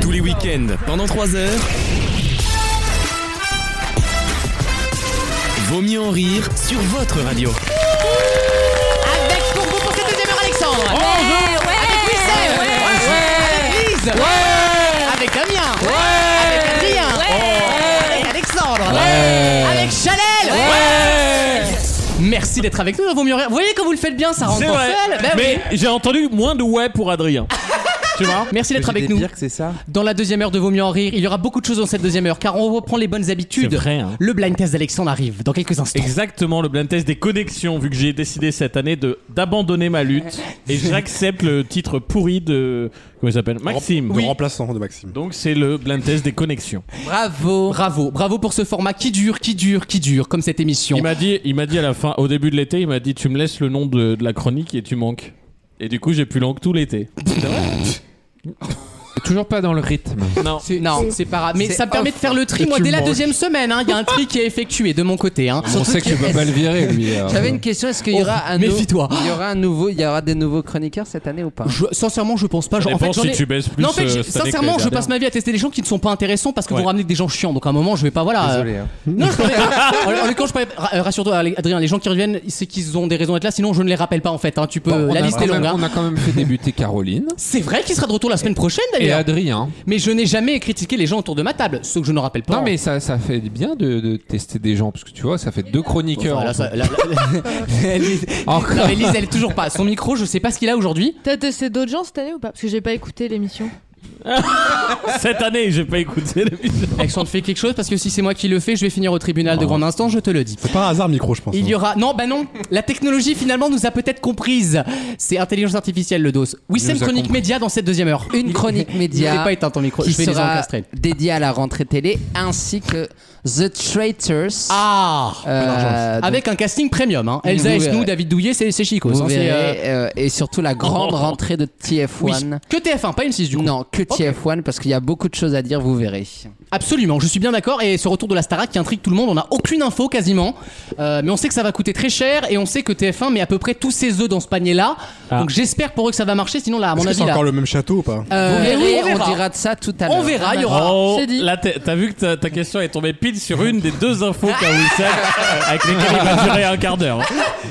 Tous les week-ends, pendant 3 heures. Vaut mieux en rire sur votre radio. Avec pour vous pour cette deuxième heure, Alexandre. Eh Avec Wissem. Avec Lise. Avec Damien. Avec Adrien. Avec Alexandre. Avec Chanel. Eh Merci d'être avec nous dans Vaut mieux en rire. Vous voyez comme vous le faites bien, ça rentre C'est en vrai. seul. Ben oui. Mais j'ai entendu moins de ouais pour Adrien. tu vois Merci d'être avec nous. que c'est ça. Dans la deuxième heure de Vaut mieux en rire, il y aura beaucoup de choses dans cette deuxième heure car on reprend les bonnes habitudes. C'est vrai, hein. Le blind test d'Alexandre arrive dans quelques instants. Exactement, le blind test des connexions, vu que j'ai décidé cette année de d'abandonner ma lutte. Et j'accepte le titre pourri de. Comment il s'appelle Maxime. Le remplaçant de Maxime. Donc c'est le blind test des connexions. Bravo. Bravo. Bravo pour ce format qui dure, qui dure, qui dure, comme cette émission. Il m'a dit, il m'a dit à la fin, au début de l'été, il m'a dit tu me laisses le nom de, de la chronique et tu manques. Et du coup j'ai plus langue tout l'été. Toujours pas dans le rythme. Non. C'est- Non, c'est pas grave. Ah, Mais C'est ça me permet de faire le tri, que moi, tu dès la manques. deuxième semaine. hein. Il y a un tri qui est effectué de mon côté. hein. On sait que tu vas pas le virer, lui. alors. J'avais une question, est-ce qu'il y aura un nou- Méfie-toi. il y aura un nouveau, il y aura des nouveaux chroniqueurs cette année ou pas Je- sincèrement, je pense pas. Ça Genre, en dépend fait, j'en si ai- tu baisses plus. Non, en fait, euh, j'ai- cette année que sincèrement, l'année je passe dernière. ma vie à tester des gens qui ne sont pas intéressants parce que Ouais. vous ramenez des gens chiants. Donc à un moment, je vais pas. Voilà. euh, Désolé. hein. Non, je parlais- Alors, alors, quand je parlais- ra- euh, Rassure-toi, Adrien, les gens qui reviennent, c'est qu'ils ont des raisons d'être là. Sinon, je ne les rappelle pas en fait. hein. Tu peux. Bon, on la a liste quand est longue. même- hein. On a quand même fait débuter Caroline C'est vrai qu'il sera de retour la semaine prochaine et d'ailleurs. Adrien. Mais je n'ai jamais critiqué les gens autour de ma table, ceux que je ne rappelle pas. hein. Non, mais ça, ça fait bien de, de tester des gens parce que tu vois, ça fait deux chroniqueurs. Voilà, en ça- la- la- Lise- Encore. Non, mais Lise, elle est toujours pas. Son micro, je sais pas ce qu'il a aujourd'hui. T'as testé d'autres gens cette année ou pas Parce que j'ai pas écouté l'émission. Cette année j'ai pas écouté l'émission. Alexandre fait quelque chose parce que si c'est moi qui le fais, je vais finir au tribunal Ah. de grande instance, je te le dis. C'est pas un hasard, le micro, je pense. Il y aura. Non, bah non, la technologie finalement nous a peut-être comprises. C'est intelligence artificielle le dos. Wissem nous a Chronique compris. Média dans cette deuxième heure. Une chronique Il n'est média pas éteint ton micro, qui je vais les sera encastrer. dédiée à la rentrée télé ainsi que The Traitors. Ah Euh, donc, Avec un casting premium. Hein. Vous Elsa verrez. Esnou, David Douillet, c'est c'est chico. vous hein, c'est, verrez, euh, euh, et surtout la grande rentrée de oui. TF1. Que TF1, pas une 6 du coup. Non, que Ok. Euh, TF1 parce qu'il y a beaucoup de choses à dire, vous verrez. Absolument, je suis bien d'accord. Et ce retour de la Starac qui intrigue tout le monde, on n'a aucune info quasiment. Euh, mais on sait que ça va coûter très cher et on sait que TF1 met à peu près tous ses œufs dans ce panier-là. Ah. Donc j'espère pour eux que ça va marcher, sinon là, à mon Est-ce que avis, c'est là. encore le même château ou pas Euh, vous verrez, oui, on, dira de ça tout à l'heure. Ah, On verra, il y aura- Oh, c'est dit. là t'as t'as vu que ta, ta question est tombée pile sur une des deux infos qu'a Wissem avec lesquelles il va durer un quart d'heure.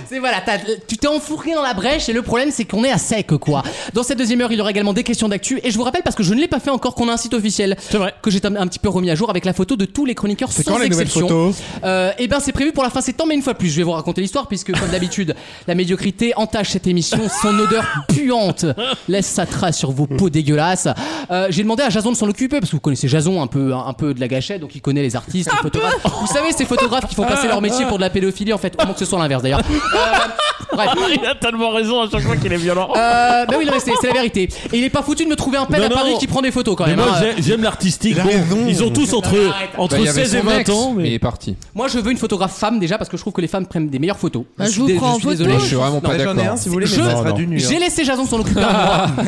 C'est voilà, t'as- tu t'es enfourré dans la brèche et le problème c'est qu'on est à sec quoi. Dans cette deuxième heure, il y aura également des questions d'actu et je vous rappelle parce que je ne l'ai pas fait encore qu'on a un site officiel C'est vrai. que j'ai un, un petit peu remis à jour avec la photo de tous les chroniqueurs C'est sans quand les nouvelles exception. photos Euh, Eh ben c'est prévu pour la fin septembre, mais une fois de plus, je vais vous raconter l'histoire puisque comme d'habitude, la médiocrité entache cette émission, son odeur puante laisse sa trace sur vos peaux dégueulasses. Euh, J'ai demandé à Jason de s'en occuper parce que vous connaissez Jason un peu un, peu de la gâchette, donc il connaît les artistes, les photographes. Vous savez ces photographes qui font passer leur métier pour de la pédophilie en fait, comment que ce soit l'inverse d'ailleurs. Euh, bref. Il a tellement raison à chaque fois qu'il est violent. Euh, bah oui, non, mais c'est c'est la vérité. Et il est pas foutu de me trouver un pède Non, à Paris non. qui prend des photos quand Mais même. moi, hein. j'ai- j'aime l'artistique. Il a Bon, raison. ils ont tous entre, arrête. entre Bah, il y avait 16 et son 20 ex, ans. mais il Mais... est parti. Moi, je veux une photographe femme déjà parce que je trouve que les femmes prennent des meilleures photos. Bah, je suis vous dé- prends en suis photo. désolé. Je suis vraiment pas J'en ai un d'accord. si vous voulez, mais Je- ça sera Non, du nu. J'ai hein. laissé Jason s'en occuper à moi.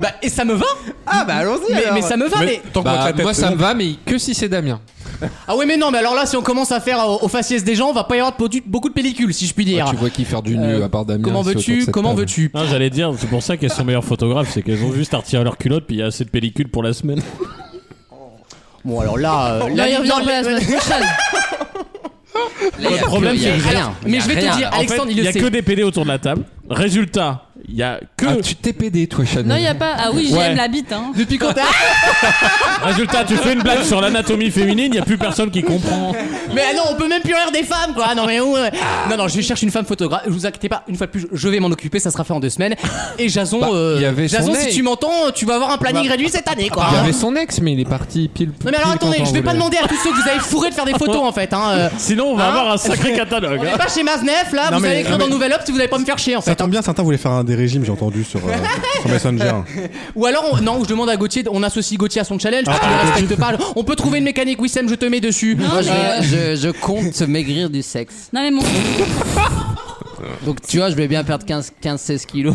bah, et ça me va Ah bah allons-y mais, alors. mais ça me va, mais. Tant qu'on Bah, traite la moi ça tête, me va, mais que si c'est Damien. Ah ouais, mais non, mais alors là, si on commence à faire aux, aux faciès des gens, on va pas y avoir de produ- beaucoup de pellicules, si je puis dire. Ah, tu vois qui faire du nu Euh, à part Damien. comment ici autour de veux-tu cette Comment table. veux-tu Non, j'allais dire, c'est pour ça qu'elles sont meilleures photographes, c'est qu'elles ont juste à retirer leur culotte, puis il y a assez de pellicule pour la semaine. Bon, alors là, euh, là, il revient non, pas la mais- semaine prochaine. Là, il y a Le problème, que- il y a c'est- rien. Mais je vais te dire, En fait, Alexandre, il y le a sait. que des PD autour de la table. Résultat, il y a que. Ah, tu t'es pédé toi, Chanel. Non, il y a pas. Ah oui, Ouais. j'aime la bite. Hein. Depuis quand t'as- Résultat, tu fais une blague sur l'anatomie féminine, il y a plus personne qui comprend. Mais ah non, on peut même plus rire des femmes, quoi. Ah Non, mais où ouais. Ah. Non, non, je cherche une femme photographe. Vous inquiétez pas, une fois de plus, je vais m'en occuper. Ça sera fait en deux semaines. Et Jason, Bah, euh, il y avait son Jason, si nez. Bah, tu m'entends, tu vas avoir un planning réduit cette année, quoi. Il y hein. avait son ex, mais il est parti pile. Non, mais alors pile quand attendez, on je vais pas voulait. demander à tous ceux que vous avez fourré de faire des photos, en fait. Hein. euh. Sinon, on va Hein avoir un sacré catalogue. On hein. n'est pas chez Maznef, là. Non, vous mais- allez écrire non, dans mais- Nouvelle Obs si vous n'allez pas me faire chier, en Ça fait. hein. tombe bien, certains voulaient faire un des régimes, j'ai entendu sur, euh, sur Messenger. Ou alors, on- non, je demande à Gauthier, on associe Gauthier à son challenge, Ah, parce qu'il ne respecte pas. On peut trouver une mécanique, Wissem, je te mets dessus. Moi, je, Euh, je- je compte maigrir du sexe. Non mais mon. Donc tu vois, je vais bien perdre 15, 15-16 kilos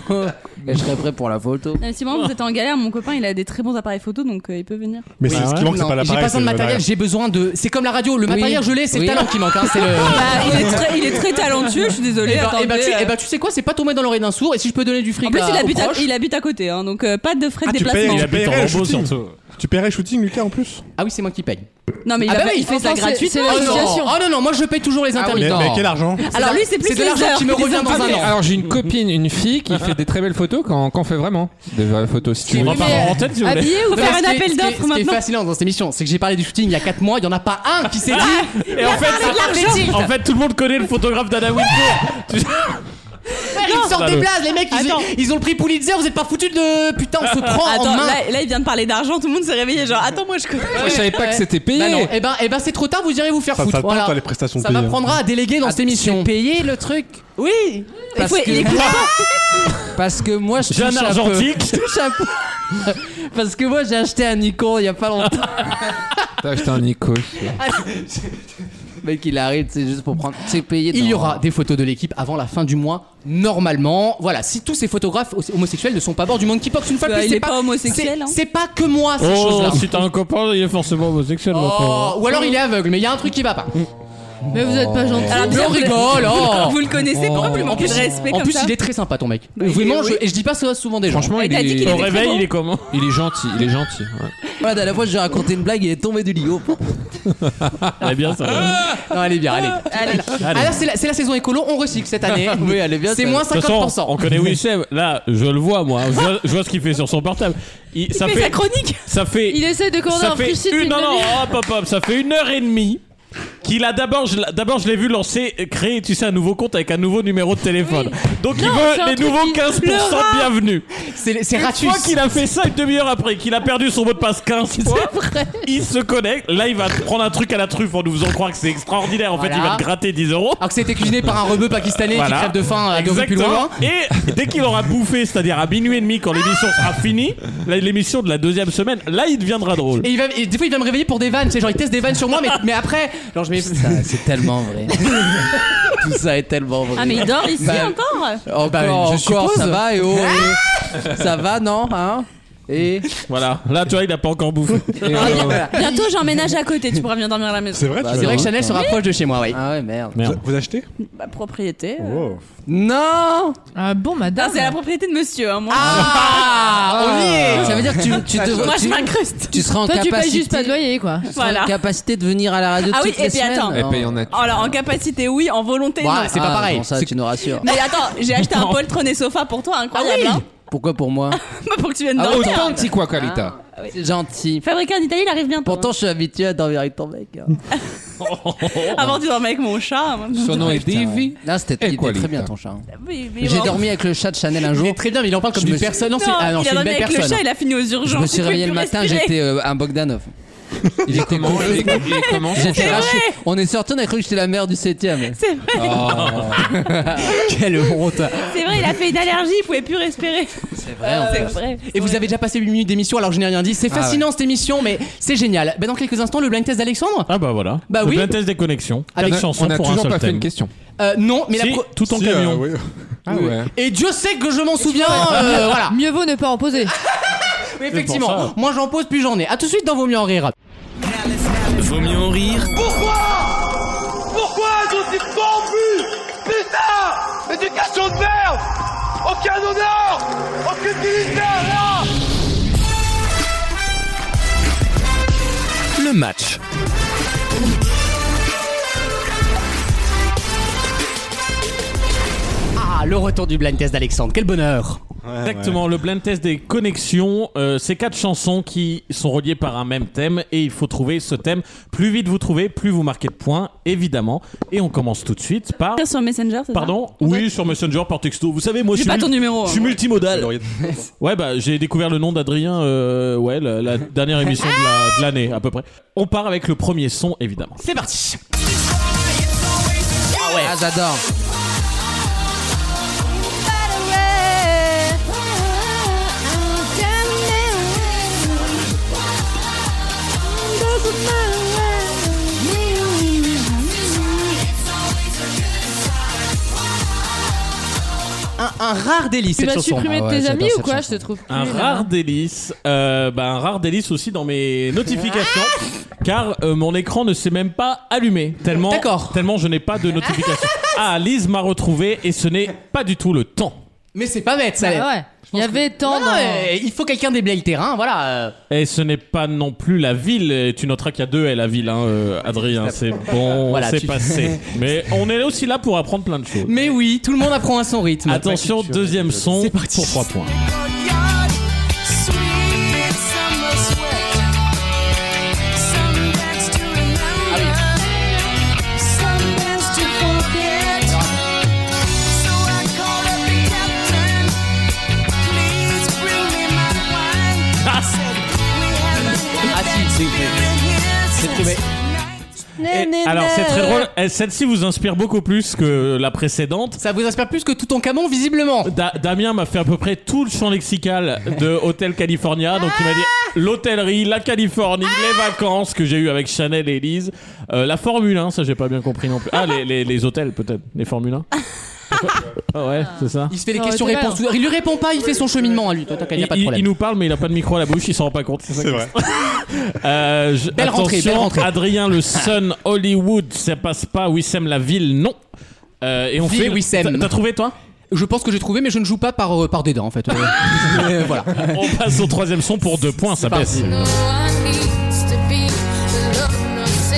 et je serai prêt pour la photo. Non, mais si vraiment vous êtes en galère, mon copain il a des très bons appareils photo donc euh, il peut venir. Mais c'est- Ah ce ouais qui manque, c'est Non, pas J'ai l'appareil. pas besoin de c'est le matériel, derrière. j'ai besoin de. C'est comme la radio, le Oui. matériel je l'ai, c'est Oui. le talent qui manque. hein, c'est le... Bah, il, est très, il est très talentueux, je suis désolée. Eh bah, attendez, eh bah, tu, euh, eh bah, tu sais quoi, c'est pas tombé dans l'oreille d'un sourd et si je peux donner du fric en plus, à- il aux habite, à, proches- il habite à côté, hein, donc euh, pas de frais de Ah, tu déplacement. payes, Il Tu habite en paierais le Rambo, shooting. surtout. Tu paierais shooting, Lucas, en plus Ah oui, c'est moi qui paye. Non, mais il, Ah a- bah oui, il fait ça enfin, c'est- gratuitement. c'est la Oh non, Association. oh non, non, moi je paye toujours Ah les mais, intermittents. mais quel argent Alors lui, c'est plus c'est de les l'argent heures qui me qu'il revient est en dans train un de- an. Ah, Alors j'ai une copine, une fille qui fait des très belles photos quand quand fait vraiment. Des vraies photos si tu On veux. en parle en tête, si vous voulez. Habillé Faut ou Non, faire mais un ce qui est- appel ce qui est- d'offres Ce qui est maintenant. fascinant dans cette émission, c'est que j'ai parlé du shooting il y a 4 mois, il y en a pas un qui s'est dit. Et en fait, en fait, tout le monde connaît le photographe d'Anna Wintour. Ils sortent Bah, des le- blazes, les mecs, ils, Attends. ils ont le prix Pulitzer, vous êtes pas foutus de. Putain, on se prend en Attends, main. là, là, il vient de parler d'argent, tout le monde s'est réveillé. Genre, attends, moi je connais. Moi, je savais pas que c'était payé. Bah non, eh ben, eh ben c'est trop tard, vous irez vous faire Ça, foutre. ça voilà. tente, les hein. prestations Ça payées. m'apprendra à déléguer dans cette émission. Ah, Payer le truc Oui Il parce faut- que, il écoute- parce que moi je J'ai un touche un peu. argentique. Je touche un peu. Parce que moi j'ai acheté un Nikon il y a pas longtemps. T'as acheté un Nikos. Le mec il arrive, c'est juste pour prendre. C'est payé. Il y dans- aura des photos de l'équipe avant la fin du mois, normalement. Voilà, si tous ces photographes hos- homosexuels ne sont pas morts du monkeypox une fois de Bah, plus, il c'est est pas homosexuel, c'est- hein. C'est pas que moi ces Oh, choses-là. si t'as un copain, il est forcément homosexuel. Oh, maintenant. ou alors il est aveugle, mais il y a un truc qui va pas. Mais vous êtes pas gentil. Alors, Mais on vous- rigole, oh. Vous le connaissez, pourquoi vous lui en manquez plus, de respect en comme plus, ça il est très sympa ton mec. Bah, il est- Vraiment, oui. je, et je dis pas ça souvent des gens. Franchement, Et il t'as dit qu'il est Oh. Au était très réveil, beau. il est comment il est gentil, il est gentil. ouais. Voilà, la dernière fois j'ai raconté une blague, il est tombé du lit. Oh, Eh bien, ça. Non, elle est bien, allez. Allez. Ah là, c'est la, c'est la saison écolo, on recycle cette année. oui, allez bien. C'est ça- moins De toute façon, 50%. on connaît Wissem. Là, je le vois, moi. Je vois, je vois ce qu'il fait sur son portable. Il- ça Il fait sa fait, chronique. ça fait, Il essaie de commander ça un fait free une, non, non, hop, hop, hop, ça fait une heure et demie qu'il a d'abord, je l'a- d'abord, je l'ai vu lancer, euh, créer, tu sais, un nouveau compte avec un nouveau numéro de téléphone. Donc il Non, c'est veut un les truc nouveaux qui- 15% Le de bienvenue. C'est c'est Une Ratus. fois qu'il a fait ça une demi-heure après, qu'il a perdu son mot de passe 15 fois, il se connecte. Là, il va prendre un truc à la truffe en nous faisant croire que c'est extraordinaire. En fait, il Voilà. va te gratter 10 euros. Alors que c'était cuisiné par un rebeu pakistanais Voilà. qui crève de hein. faim Ah, à deux rues plus Exactement. loin. Et dès qu'il aura bouffé, c'est-à-dire à minuit et demi, quand l'émission sera finie, là, l'émission de la deuxième semaine, là, il deviendra drôle. Et, il va, et des fois, il va me réveiller pour des vannes. C'est genre, il teste des vannes sur moi, mais, mais après, genre, je mets. Putain, c'est tellement vrai. Tout ça est tellement vrai. Ah, mais il dort ici Bah, encore Encore, Bah, je encore, suppose. Ah ça va et oh, et- ça va non hein et Voilà. Là, tu vois, il n'a pas encore bouffé. Et, euh, Bientôt, j'emménage à côté, tu pourras venir dormir à la maison. C'est vrai, Bah, tu C'est vas- vrai que Chanel se rapproche de chez moi, oui. ah ouais merde Vous, Merde. vous achetez Bah, propriété. euh. Wow. non Ah bon, Non, madame c'est la propriété de monsieur, hein, moi. Ah, on y est ça veut dire que tu tu, devrais- moi, je tu, m'incruste. tu seras en Toi, tu capacité payes juste pas de loyer, quoi. tu seras en Voilà. capacité de venir à la radio Ah oui, toutes et les puis semaines attends. Elle Non. paye ben, en nature. Alors, en capacité, oui, en volonté, non. Ouais, Eh ben, c'est pas Ah, pareil. bon, ça tu nous rassures Mais attends, j'ai acheté un poltron et sofa pour toi, incroyable, hein. Bah, pourquoi pour moi Pour que tu viennes Ah, dormir. authentique quoi, Qualita. c'est gentil Fabriqué en Italie, il arrive bientôt. pourtant je suis habitué à dormir avec ton mec hein. Avant, tu dormais avec mon chat. moi. Son nom est Davy. là Eh, c'était Et il était quoi, très lui, bien putain. ton chat hein. Oui, mais j'ai bon. dormi avec le chat de Chanel un Il est jour très bien, mais il en parle comme Je me d'une suis- personne. Non, c'est Non, ah non, il c'est a une dormi belle avec le personne. chat, il a fini aux urgences. je me suis il pouvait réveillé le plus matin respirer. j'étais euh, un Bogdanov il était Comment il est- il est comment son J'étais chat lâché. On est sorti, on a cru que j'étais la mère du Oh. 7 e C'est vrai, Quelle honte c'est vrai, il a fait une allergie, il pouvait plus respirer. Euh, C'est vrai, en C'est fait. vrai. Et vous avez déjà passé 8 minutes d'émission alors que je n'ai rien dit. C'est Ah fascinant cette émission, mais c'est génial. Bah, dans quelques instants, le blind test d'Alexandre Ah bah voilà. Bah Le oui. blind test des connexions. Avec- Quatre chansons Ah, On a pour un toujours seul pas fait thème. une question. Euh, Non, mais la Si, pro- tout ton Si, euh, camion. oui. Ah ouais. Et Dieu sait que je m'en souviens, euh, voilà. Mieux vaut ne pas en poser. Mais pour effectivement, ça. moi j'en pose, plus j'en ai. À tout de suite dans Vos mieux en rire. Vaut mieux en rire Pourquoi ils ont été corrompus Putain Éducation de merde Aucun honneur Aucune dignité Ah. là Le match. Ah, le retour du blind test d'Alexandre, quel bonheur Ouais, ouais. Exactement, le blind test des connexions, euh, c'est quatre chansons qui sont reliées par un même thème et il faut trouver ce thème. Plus vite vous trouvez, plus vous marquez de points, évidemment. Et on commence tout de suite par... Sur Messenger, hein. c'est ça Pardon Oui, sur Messenger, par texto. Vous savez, moi je J'ai suis, pas ton mul- numéro. hein. je suis multimodal. Ouais, bah j'ai découvert le nom d'Adrien, euh, ouais, la, la dernière émission de la- de l'année à peu près. On part avec le premier son, évidemment. C'est parti Ah, j'adore. un rare délice Tu cette m'as chanson. supprimé Ah de ouais, tes j'adore amis ou cette quoi Je chanson. te trouve plus. Un là. rare délice, euh, bah, un rare délice aussi dans mes notifications, car euh, mon écran ne s'est même pas allumé, tellement, D'accord. tellement je n'ai pas de notification. Ah, Lise m'a retrouvé et ce n'est pas du tout le temps. Mais c'est pas bête ça. Ah ouais. Il y avait tant Non, non, dans. euh, il faut quelqu'un déblaye le terrain, voilà. euh. Et ce n'est pas non plus la ville, Et tu noteras qu'il y a deux L la ville, hein, euh, Adrien, c'est bon, Voilà, c'est tu- passé. Mais on est aussi là pour apprendre plein de choses. Mais oui, tout le monde apprend à son rythme. Ah, Attention, deuxième son C'est parti. pour 3 points. Ah si, c'est- c'est trouvé. Et- alors c'est très drôle, Eh, celle-ci vous inspire beaucoup plus que la précédente. Ça vous inspire plus que tout ton camon, visiblement. Da- Damien m'a fait à peu près tout le champ lexical de Hotel California. Donc il m'a dit l'hôtellerie, la Californie, les vacances que j'ai eues avec Chanel et Elise. Euh, la Formule 1, ça j'ai pas bien compris non plus. Ah, les, les- les hôtels peut-être, les Formule 1. Ah ouais, c'est ça. Il se fait des Oh, questions-réponses. Il lui répond pas, il fait son cheminement à lui. Toi, t'inquiète, Il, y a pas de il- problème. il nous parle mais il a pas de micro à la bouche, il s'en rend pas compte. C'est vrai. Euh, je- Belle rentrée, attention, belle rentrée. Adrien le Sun, Hollywood, ça passe pas. Wissem la ville, non. Euh, et on Ville fait. Wissem. T'as- T'as trouvé toi Je pense que j'ai trouvé, mais je ne joue pas par, euh, par dédain, en fait. Euh, voilà. On passe au troisième son pour deux points, ça baisse. parti.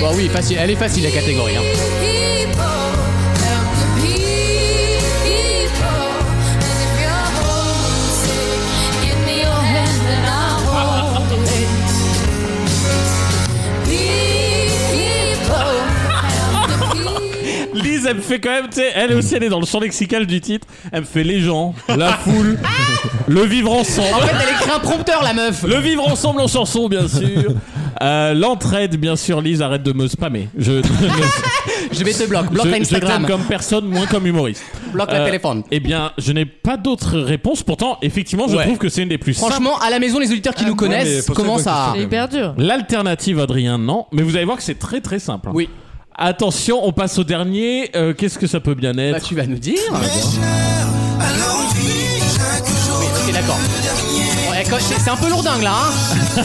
Bon, Bah oui, facile. Elle est facile, la catégorie. hein. Lise, elle me fait quand même, tu sais, elle aussi, elle est dans le champ lexical du titre. Elle me fait les gens, la foule, le vivre En ensemble. fait, elle écrit un prompteur, la meuf. Le vivre ensemble en chanson, bien sûr. Euh, L'entraide, bien sûr, Lise, arrête de me spammer. Je, Je vais te bloquer. Bloque je- je Instagram. t'aime comme personne, moins comme humoriste. Bloque Euh, le téléphone. Eh bien, je n'ai pas d'autres réponses. Pourtant, effectivement, je Ouais. trouve que c'est une des plus simples. Franchement, à la maison, les Ah auditeurs qui nous mais connaissent pose-toi commencent une bonne à. C'est hyper dur. L'alternative, Adrien, non. Mais vous allez voir que c'est très très simple. hein. Oui. Attention, on passe au dernier. Euh, Qu'est-ce que ça peut bien être Bah, tu vas nous dire. Ok, d'accord. Ouais, quand- c'est c'est un peu lourdingue là. hein.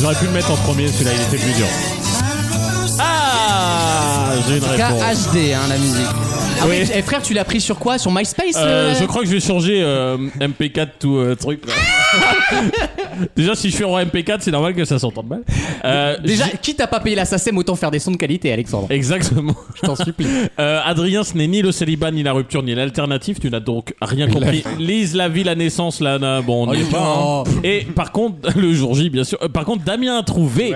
J'aurais pu le mettre en premier, celui-là, il était plus dur. Ah J'ai une réponse. E KHD, hein, la musique. Ah oui, Oui. eh, frère, tu l'as pris sur quoi Sur MySpace Euh, euh je crois que je vais changer euh, MP4 tout euh, truc. là. Déjà, si je suis en MP4, c'est normal que ça s'entende mal. Euh, Déjà, j'ai- quitte à pas payer la SACEM, autant faire des sons de qualité, Alexandre. Eh, Exactement. Je t'en supplie. Euh, Adrien, ce n'est ni le célibat, ni la rupture, ni l'alternative. Tu n'as donc rien compris. Lise la vie, la naissance, là, là, bon, on n'y est pas. hein. Oh. Et par contre, le jour J, bien sûr. Euh, par contre, Damien a trouvé.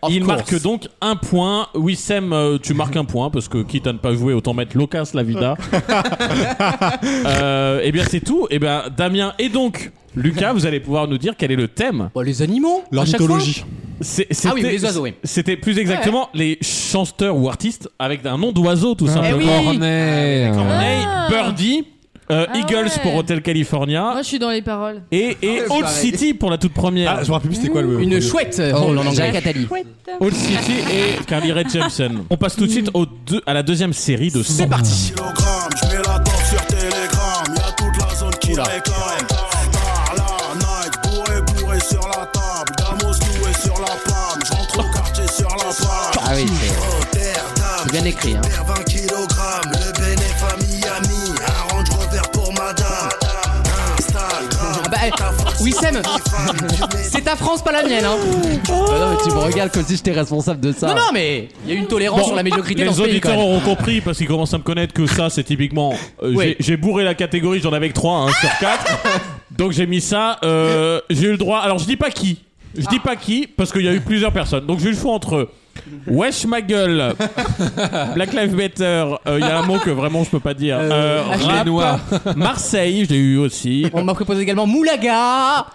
Of Il course. marque donc un point. Wissem, euh, tu marques un point parce que quitte à ne pas jouer, autant mettre Locas la vida. euh, eh bien, c'est tout. Eh bien, Damien et donc Lucas, vous allez pouvoir nous dire quel est le thème. Bon, Oh, les animaux à chaque L'ornithologie. C'est- Ah oui, c'était- les oiseaux, oui. C'était plus exactement les chanteurs ou artistes avec un nom d'oiseau, tout Eh simplement. Ah, Cornet. Ah. Corneille, Birdie, euh, Ah Eagles ouais. pour Hotel California Moi, je suis dans les paroles. et, et Ah, c'est Old pareil. City pour la toute première. Ah, je me rappelle plus c'était quoi le. fois. Une chouette euh, rôle en anglais. Jacques Attali. Old City et Carly Rae Jepsen. On passe tout de suite au deux- à la deuxième série de C'est 100 parti. kilogramme, je mets la tente sur Telegram, y'a toute la zone qui réclame. Par la night, bourré, bourré sur la table, Damos noué sur la palme, je rentre au quartier sur la palme. Ah oui, c'est- Oh, terre c'est d'âme, bien écrit. Hein. perds 20 kg, le Ben bénéf à Miami, un range revers pour madame. Instagram, Ah bah, eh, ta force Wissem, femme, tu mets c'est ta France, pas la mienne. Hein. non, mais tu me regardes comme si j'étais responsable de ça. Non, non, mais il y a une tolérance sur la médiocrité les dans ce pays. auditeurs quand même. auront compris parce qu'ils commencent à me connaître que ça, c'est typiquement. euh, Oui. j'ai- J'ai bourré la catégorie, j'en avais que 3 sur 4. Donc j'ai mis ça. euh, j'ai eu le droit. Alors je dis pas qui. Je dis pas qui parce qu'il y a eu plusieurs personnes. Donc j'ai eu le choix entre. Wesh ma gueule, Black Lives Matter, euh, il y a un mot que vraiment je peux pas dire. Euh, rap, Noix. Marseille, je l'ai eu aussi. On m'a proposé également Moulaga.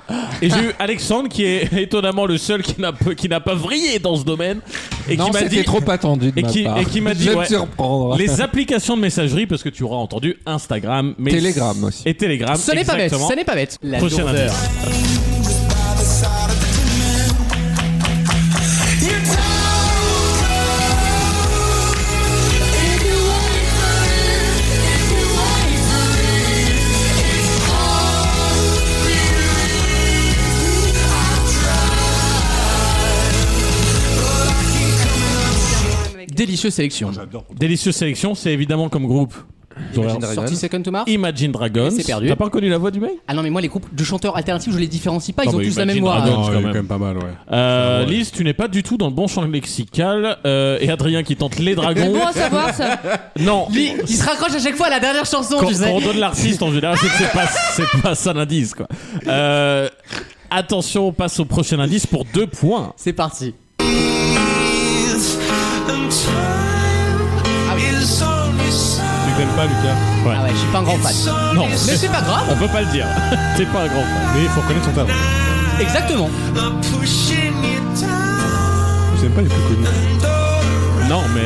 Et j'ai eu Alexandre qui est étonnamment le seul qui n'a peu- qui n'a pas vrillé dans ce domaine et Non, qui m'a c'était dit trop attendu de et ma qui- part. et qui m'a dit, Je vais ouais. me surprendre. les applications de messagerie parce que tu auras entendu Instagram, mais Telegram aussi. et Telegram. Ce n'est pas bête, exactement. ce n'est pas bête. La Prochaine lourdeur. délicieuse sélection. Délicieuse sélection, c'est évidemment comme groupe. Ils ont Imagine rien. Dragons. Sorti Second to Mars Imagine Dragons. Et c'est perdu. T'as pas reconnu la voix du mec Ah non, mais moi, les groupes de chanteurs alternatifs, je les différencie pas, ils Non, ont mais tous la Imagine même voix. Dragons. hein. il quand est même. quand même pas mal, ouais. euh, Ah ouais. Lise, tu n'es pas du tout dans le bon champ lexical. Euh, et Adrien qui tente les dragons. Bon à savoir ça. non. Li- Il se raccroche à chaque fois à la dernière chanson, quand, tu sais. quand on donne l'artiste en général, c'est que c'est pas, c'est pas ça l'indice quoi. Euh, attention, on passe au prochain indice pour deux points. C'est parti. Tu t'aimes pas, Lucas Ouais. Ah ouais, je suis pas un grand fan. Non, Mais c'est pas grave, on peut pas le dire. T'es pas un grand fan. Mais il faut reconnaître son talent. exactement. Tu n'aimes pas les plus connus. Non, mais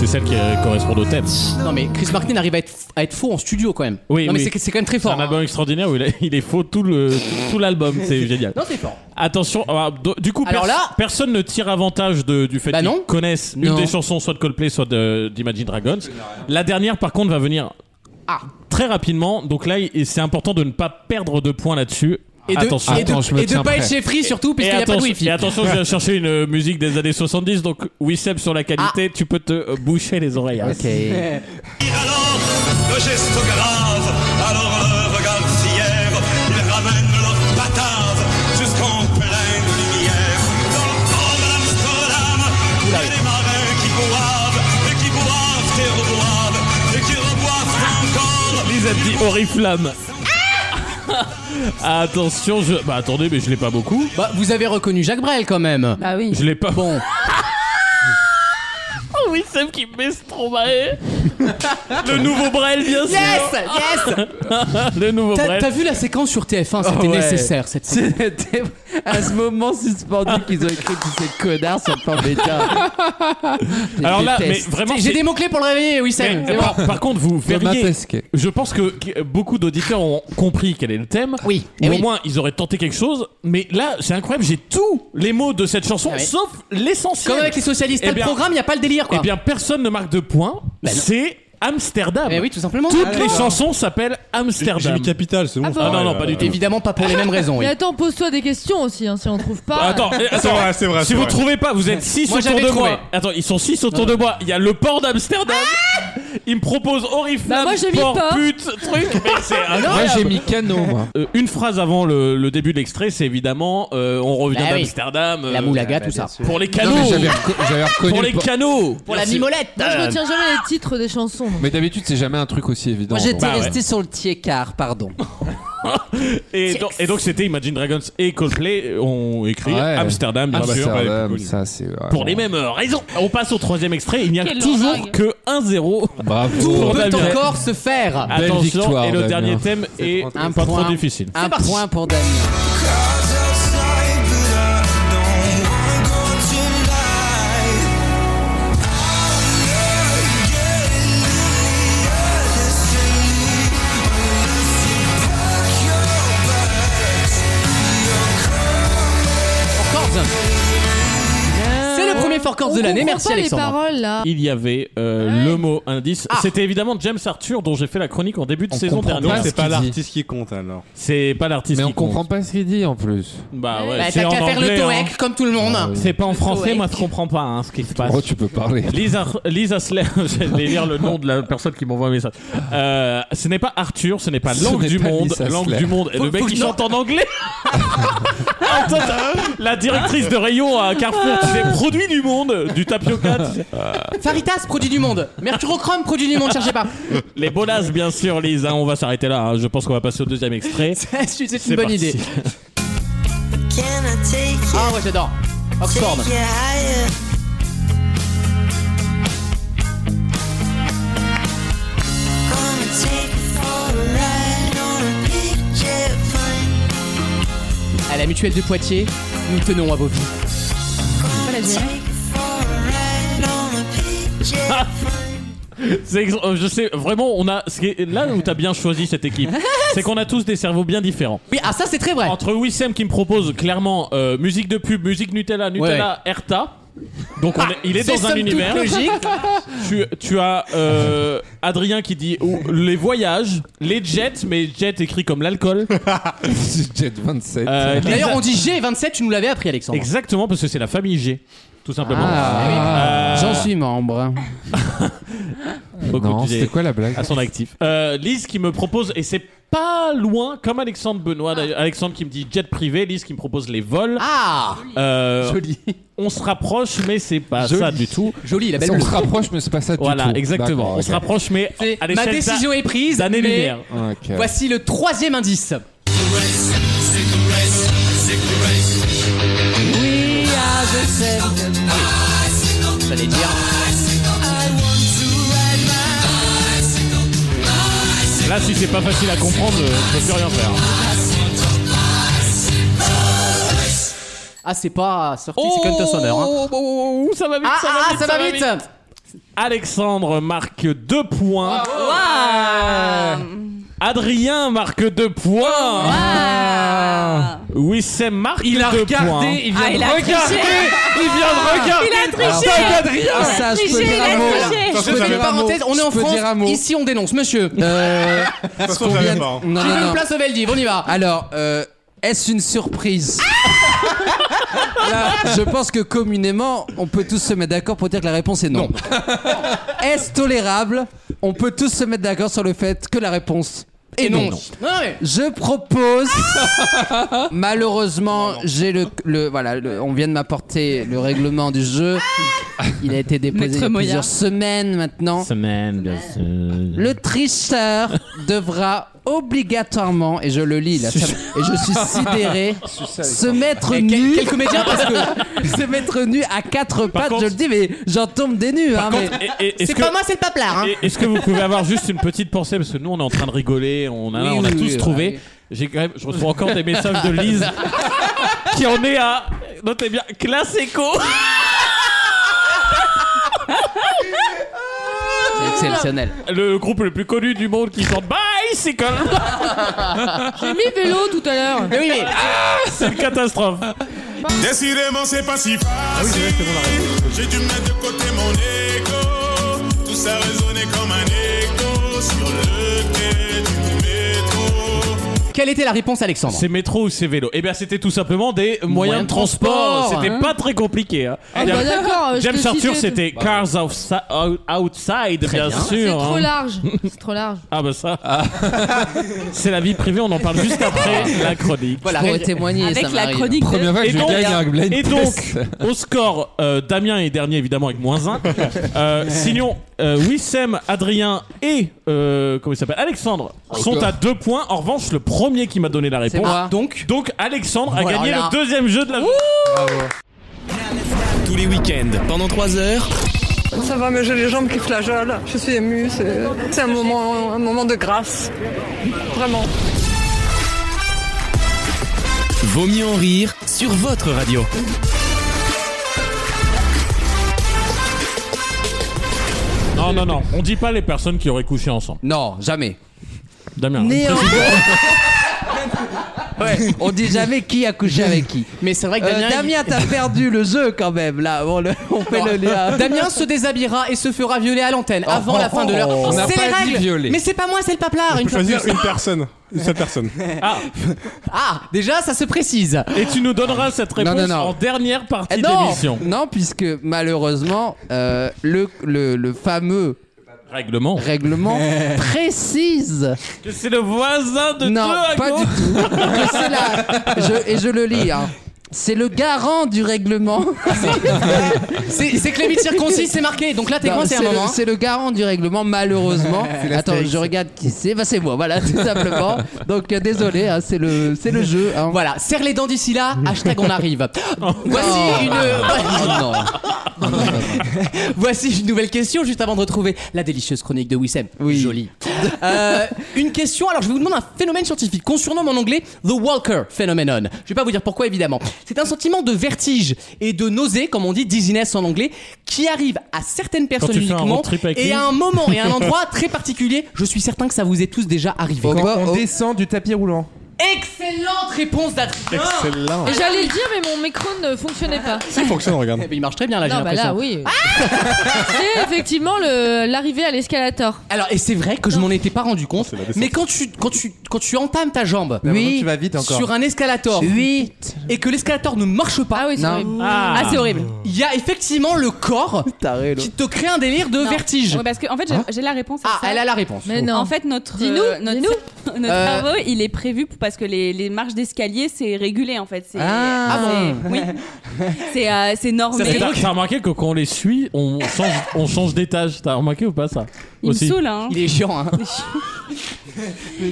c'est celle qui euh, correspond au thème. C'est Non, mais Chris Martin arrive à être, à être faux en studio quand même. Oui, non, mais oui. c'est- c'est quand même très fort. un hein. album extraordinaire où il, est- il est faux tout le tout l'album. C'est génial. Non, c'est fort. Attention, alors, do- du coup, Alors là- personne ne tire avantage de- du fait Bah qu'ils non. connaissent Non. une des chansons, soit de Coldplay, soit de- d'Imagine Dragons. La dernière, par contre, va venir Ah. très rapidement. Donc là, il- c'est important de ne pas perdre de points là-dessus. Et de, Attention. et de, Attends, je me et de tiens pas être prêt. chez Free surtout, puisqu'il n'y a pas de attention- wifi. et attention, je viens chercher une euh, musique des années 70, donc Wissem sur Ah. la qualité, tu peux te euh, boucher les oreilles. hein. Alors, le geste grave, alors le regard fier, ils ramènent leur batave jusqu'en pleine lumière. Dans le port d'Amsterdam, il y a des marins qui boivent, et qui boivent et reboivent, et qui reboivent encore. Lisa dit Oriflamme. attention, je. Bah attendez, mais je l'ai pas beaucoup. Bah, vous avez reconnu Jacques Brel quand même. Bah oui. Je l'ai pas. Bon, Oh, Wissem qui me laisse trop marrer. Le nouveau Brel, bien sûr. yes, yes. Le nouveau T'as Brel. t'as vu la séquence sur TF1, c'était Oh ouais. nécessaire cette séquence. C'était à ce moment suspendu qu'ils ont écrit tous ces connards sur le plan bêta. Je Alors là, mais déteste. vraiment. J'ai c'est- des mots clés pour le réveiller, oui, ça. Mais eh ben, par, par contre, vous Thomas verriez. Pesquet. Je pense que que beaucoup d'auditeurs ont compris quel est le thème. Oui, Ou eh au oui. moins, ils auraient tenté quelque chose. Mais là, c'est incroyable. J'ai tous les mots de cette chanson, Ah oui. sauf l'essentiel. Comme avec les socialistes, Eh t'as le bien- programme, il n'y a pas le délire quoi. Eh bien, personne ne marque de points. Bah non. c'est Amsterdam. Eh oui, tout simplement. Toutes Ah, les d'accord. chansons s'appellent J'ai Amsterdam. mis Capital, c'est bon. Ah c'est bon Ah non, non, euh, pas du tout. Évidemment pas pour les mêmes raisons. oui. Mais attends, pose-toi des questions aussi, hein, si on trouve pas. Attends, eh, C'est attends. vrai, c'est vrai. Si c'est vous vrai. trouvez pas, vous êtes 6 Moi, autour j'avais de trouvé. moi. Attends, ils sont 6 autour de moi. Il y a le port d'Amsterdam. Ah Ils me proposent Bah, Oriflamme, moi, j'ai mis port, port. pute, truc. Mais c'est Moi, incroyable. j'ai mis Cano, moi. Euh, une phrase avant le, le début de l'extrait, c'est évidemment euh, on revient Bah oui. d'Amsterdam. euh, La moulaga, tout ça. bien Pour les Non, canaux. mais j'avais reco- j'avais reconnu. pour le les por- canaux. Pour la mimolette. Moi, je retiens jamais les titres des chansons. donc. Mais d'habitude, c'est jamais un truc aussi évident. Moi j'étais donc. Bah ouais. resté sur le tiécart, pardon. Et, donc- et donc c'était Imagine Dragons et Coldplay ont écrit Ouais. Amsterdam, bien sûr. Amsterdam, ouais, ça, c'est vraiment- Pour les mêmes euh, raisons. On passe au troisième extrait. Il n'y a Quel toujours lourdingue. que 1-0. Bravo. Pour peut Damien. encore se faire. Belle Attention, victoire, et le Damien. dernier thème C'est est, tranquille. pas Un trop point. difficile. Un parti. point pour Damien. Four Chords. C'est le premier Four Chords On de l'année, comprend merci pas les Alexandre. paroles là. Il y avait euh, le mot indice. Ah. C'était évidemment James Arthur dont j'ai fait la chronique en début de On saison comprend Donc, dernière. ce c'est pas qu'il dit. l'artiste qui compte alors. C'est pas l'artiste Mais on qui compte. comprend pas ce qu'il dit en plus. Bah ouais, Bah, c'est T'as en qu'à faire anglais, le hein. toec comme tout le Euh, monde. C'est pas en français, Toec. moi je comprends pas hein, ce qui se passe. Oh, tu peux parler. Lisa, Lisa Slayer, j'allais lire le nom de la personne qui m'envoie un message. Euh, ce n'est pas Arthur, ce n'est pas Ce langue n'est du pas monde, Lisa langue Slayer. du monde. Et le mec qui chante en anglais. Attends, la directrice de rayon à Carrefour, tu sais, produit du monde, du tapioca, tu sais. Faritas, produit du monde. Mercurochrome, produit du monde, cherchez pas. les bolas bien sûr, Lisa. On va s'arrêter là. hein. Je pense qu'on va passer au deuxième extrait. C'est c'est C'est une bonne parti. idée. Ah ouais, j'adore. Oxford. À la mutuelle de Poitiers, nous tenons à vos vies. Pas la vieille. C'est ex- euh, je sais vraiment, on a ce qui est- là où t'as bien choisi cette équipe, c'est qu'on a tous des cerveaux bien différents. Oui, ah ça c'est très vrai. Entre Wissem qui me propose clairement euh, musique de pub, musique Nutella, Nutella, Erta. Donc on est- il est Ah, C'est dans un somme toute univers. logique. Tu, tu as euh, Adrien qui dit oh, les voyages, les jets, mais jet écrit comme l'alcool. Jet 27. Euh, D'ailleurs, Lisa- on dit G27, tu nous l'avais appris, Alexandre. Exactement parce que c'est la famille G. tout simplement. Ah, Euh, J'en suis membre. beaucoup Non, de sujets c'était quoi la blague à son actif. Euh, Lise qui me propose, et c'est pas loin, comme Alexandre Benoît, d'ailleurs, Alexandre qui me dit jet privé, Lise qui me propose les vols. Ah Euh, Joli. on se rapproche, mais c'est pas Joli. ça du tout. Joli, la belle On meuf. se rapproche, mais c'est pas ça du tout. Voilà, exactement. D'accord, On se rapproche, mais C'est- à Ma l'échelle décision est prise. d'années mais lumière. ok. Ok. Voici le troisième indice. Oui, ah, je sais. Ah, Oui. J'allais dire. Là, si c'est pas facile à comprendre, euh, je peux plus rien faire. Ah, c'est pas sorti, c'est Quentin Oh, Sonner. hein. ça va vite, Ah, ah, ah, ça va vite. Alexandre marque 2 points. Adrien marque 2 points. Ah. Wissem marque 2 points. Oh, Il a regardé, il vient Ah, il a de regarder, il vient de regarder. Il a triché Ah, ça, je peux Triché, dire il un a mot. triché Ça, Je fais j'avais une pas- parenthèse, on est en Je peux dire un France. mot. Ici, on dénonce, monsieur. Euh, De toute façon, Combien- j'avais pas, hein. Ah, Non, Tu non, veux non. une place au Veldiv, on y va. Alors, euh, est-ce une surprise Ah Là, je pense que communément, on peut tous se mettre d'accord pour dire que la réponse est non. Est-ce tolérable On peut tous se mettre d'accord sur le fait que la réponse est non. Non, mais- Je propose. Ah Malheureusement, j'ai le, le- voilà, le- on vient de m'apporter le règlement du jeu. Ah, Il a été déposé Maître il y a Moyard. plusieurs semaines maintenant. Semaine, Le tricheur devra obligatoirement, et je le lis là, ça- et je suis sidéré, se mettre Eh, quel, nu, quel comédien parce que se mettre nu à quatre pattes. contre- je le dis, mais j'en tombe des nues. hein, mais- c'est pas moi, c'est le paplard. Hein. Et- Est-ce que vous pouvez avoir juste une petite pensée parce que nous on est en train de rigoler, on a, Oui, on a oui, tous oui, trouvé. oui. J'ai quand même, je reçois encore des messages de Lise qui en est à notez bien classe éco. C'est exceptionnel. Le groupe le plus connu du monde qui chante Bicycle, J'ai mis vélo tout à l'heure. Mais oui, mais c'est une catastrophe. Décidément, c'est pas si facile. J'ai dû mettre de côté mon ego. Tout ça résonnait comme un écho sur le quai du métro. quelle était la réponse, Alexandre C'est métro ou c'est vélo Eh bien c'était tout simplement des moyens, Moyens de transport. de transport, C'était hein. pas très compliqué. hein. Ah, bah d'accord. euh, je James te Arthur citais- c'était Cars Outside, outside, bien, C'est sûr. trop hein. large. C'est trop large. Ah bah ça. c'est la vie privée, on en parle juste après la chronique. Voilà, pour témoigner, ça Avec la m'arrive. chronique de Première fois que Et je donc- gagne un blind Et test. donc, au score, euh, Damien est dernier évidemment avec moins 1. Euh, sinon, euh, Wissem, Adrien et euh, comment il s'appelle Alexandre sont à 2 points. En revanche, le premier qui m'a donné la C'est réponse. moi. Ah, Oh Donc, Donc Alexandre a Voilà. gagné le deuxième jeu de la Tous les week-ends, pendant 3 heures. Ça va, mais j'ai les jambes qui flageolent. Je suis émue. C'est c'est un moment, un moment de grâce. Vraiment. Vaut mieux en rire sur votre radio. Non, non, non. On dit pas les personnes qui auraient couché ensemble. Non, jamais. Damien. Néanmoins. Ouais, on dit jamais qui a couché avec qui. mais c'est vrai que Euh, Damien. il- Damien, t'as perdu le jeu quand même. Là, on, le- on fait le lien. Damien se déshabillera et se fera violer à l'antenne avant la fin de l'heure. Oh, On n'a c'est pas les dit règles. violer. Mais c'est pas moi, c'est le paplard. Je Une peux fois de choisir plus. une personne. Une seule personne. Ah, déjà, ça se précise. Et tu nous donneras cette réponse non, non. en dernière partie Eh de non, l'émission. non, puisque malheureusement, euh, le, le, le fameux Règlement. règlement précise. Que c'est le voisin de non, deux à pas gauche. du tout. Que c'est la- je- et je le lis. hein. C'est le garant du règlement. C'est c'est que les mythes circoncis, c'est marqué. Donc là, t'es coincé c'est à un le, moment. hein. c'est le garant du règlement, malheureusement. Attends, je regarde qui c'est. Bah, c'est moi, voilà, tout simplement. Donc, euh, désolé, hein, c'est le, c'est le jeu. hein. Voilà, serre les dents d'ici là, hashtag on arrive. Voici une. Oh, non. Voici une nouvelle question juste avant de retrouver la délicieuse chronique de Wissem. Oui. Jolie. Euh, une question, alors je vais vous demander un phénomène scientifique qu'on surnomme en anglais The Walker Phenomenon. Je vais pas vous dire pourquoi évidemment. C'est un sentiment de vertige et de nausée, comme on dit dizziness en anglais, qui arrive à certaines personnes tu fais un uniquement road trip avec et lui. à un moment et à un endroit très particulier. Je suis certain que ça vous est tous déjà arrivé. Bon. Bah, Quand on oh. descend du tapis roulant. Excellente réponse d'Adrien. Excellent. Et J'allais le dire, mais mon micro ne fonctionnait pas. Il fonctionne, regarde. Eh ben, Il marche très bien là, j'ai Non, bah là, l'impression. oui. C'est effectivement le- l'arrivée à l'escalator. Alors, et c'est vrai que je m'en étais pas rendu compte, C'est la descente. mais quand tu, quand tu, quand tu entames ta jambe Mais Bah, maintenant, tu vas vite encore. sur un escalator Vite. et que l'escalator ne marche pas, oui, c'est Non. horrible. Ah, c'est horrible. il y a effectivement le corps Taré, qui te crée un délire de Non. vertige. Ouais, parce que en fait, j'ai- j'ai la réponse. à Ah, ça. elle a la réponse. Mais non. En fait, notre Dis-nous, euh, notre, dis-nous. notre Euh. travaux, il est prévu pour- parce que les, les marches d'escalier, c'est régulé en fait. C'est- Ah. c'est- oui. C'est euh, c'est normé. T'as t'as remarqué que quand on les suit, on change, on change d'étage. T'as remarqué ou pas ça Il Aussi. me saoule. hein. Il est chiant, hein.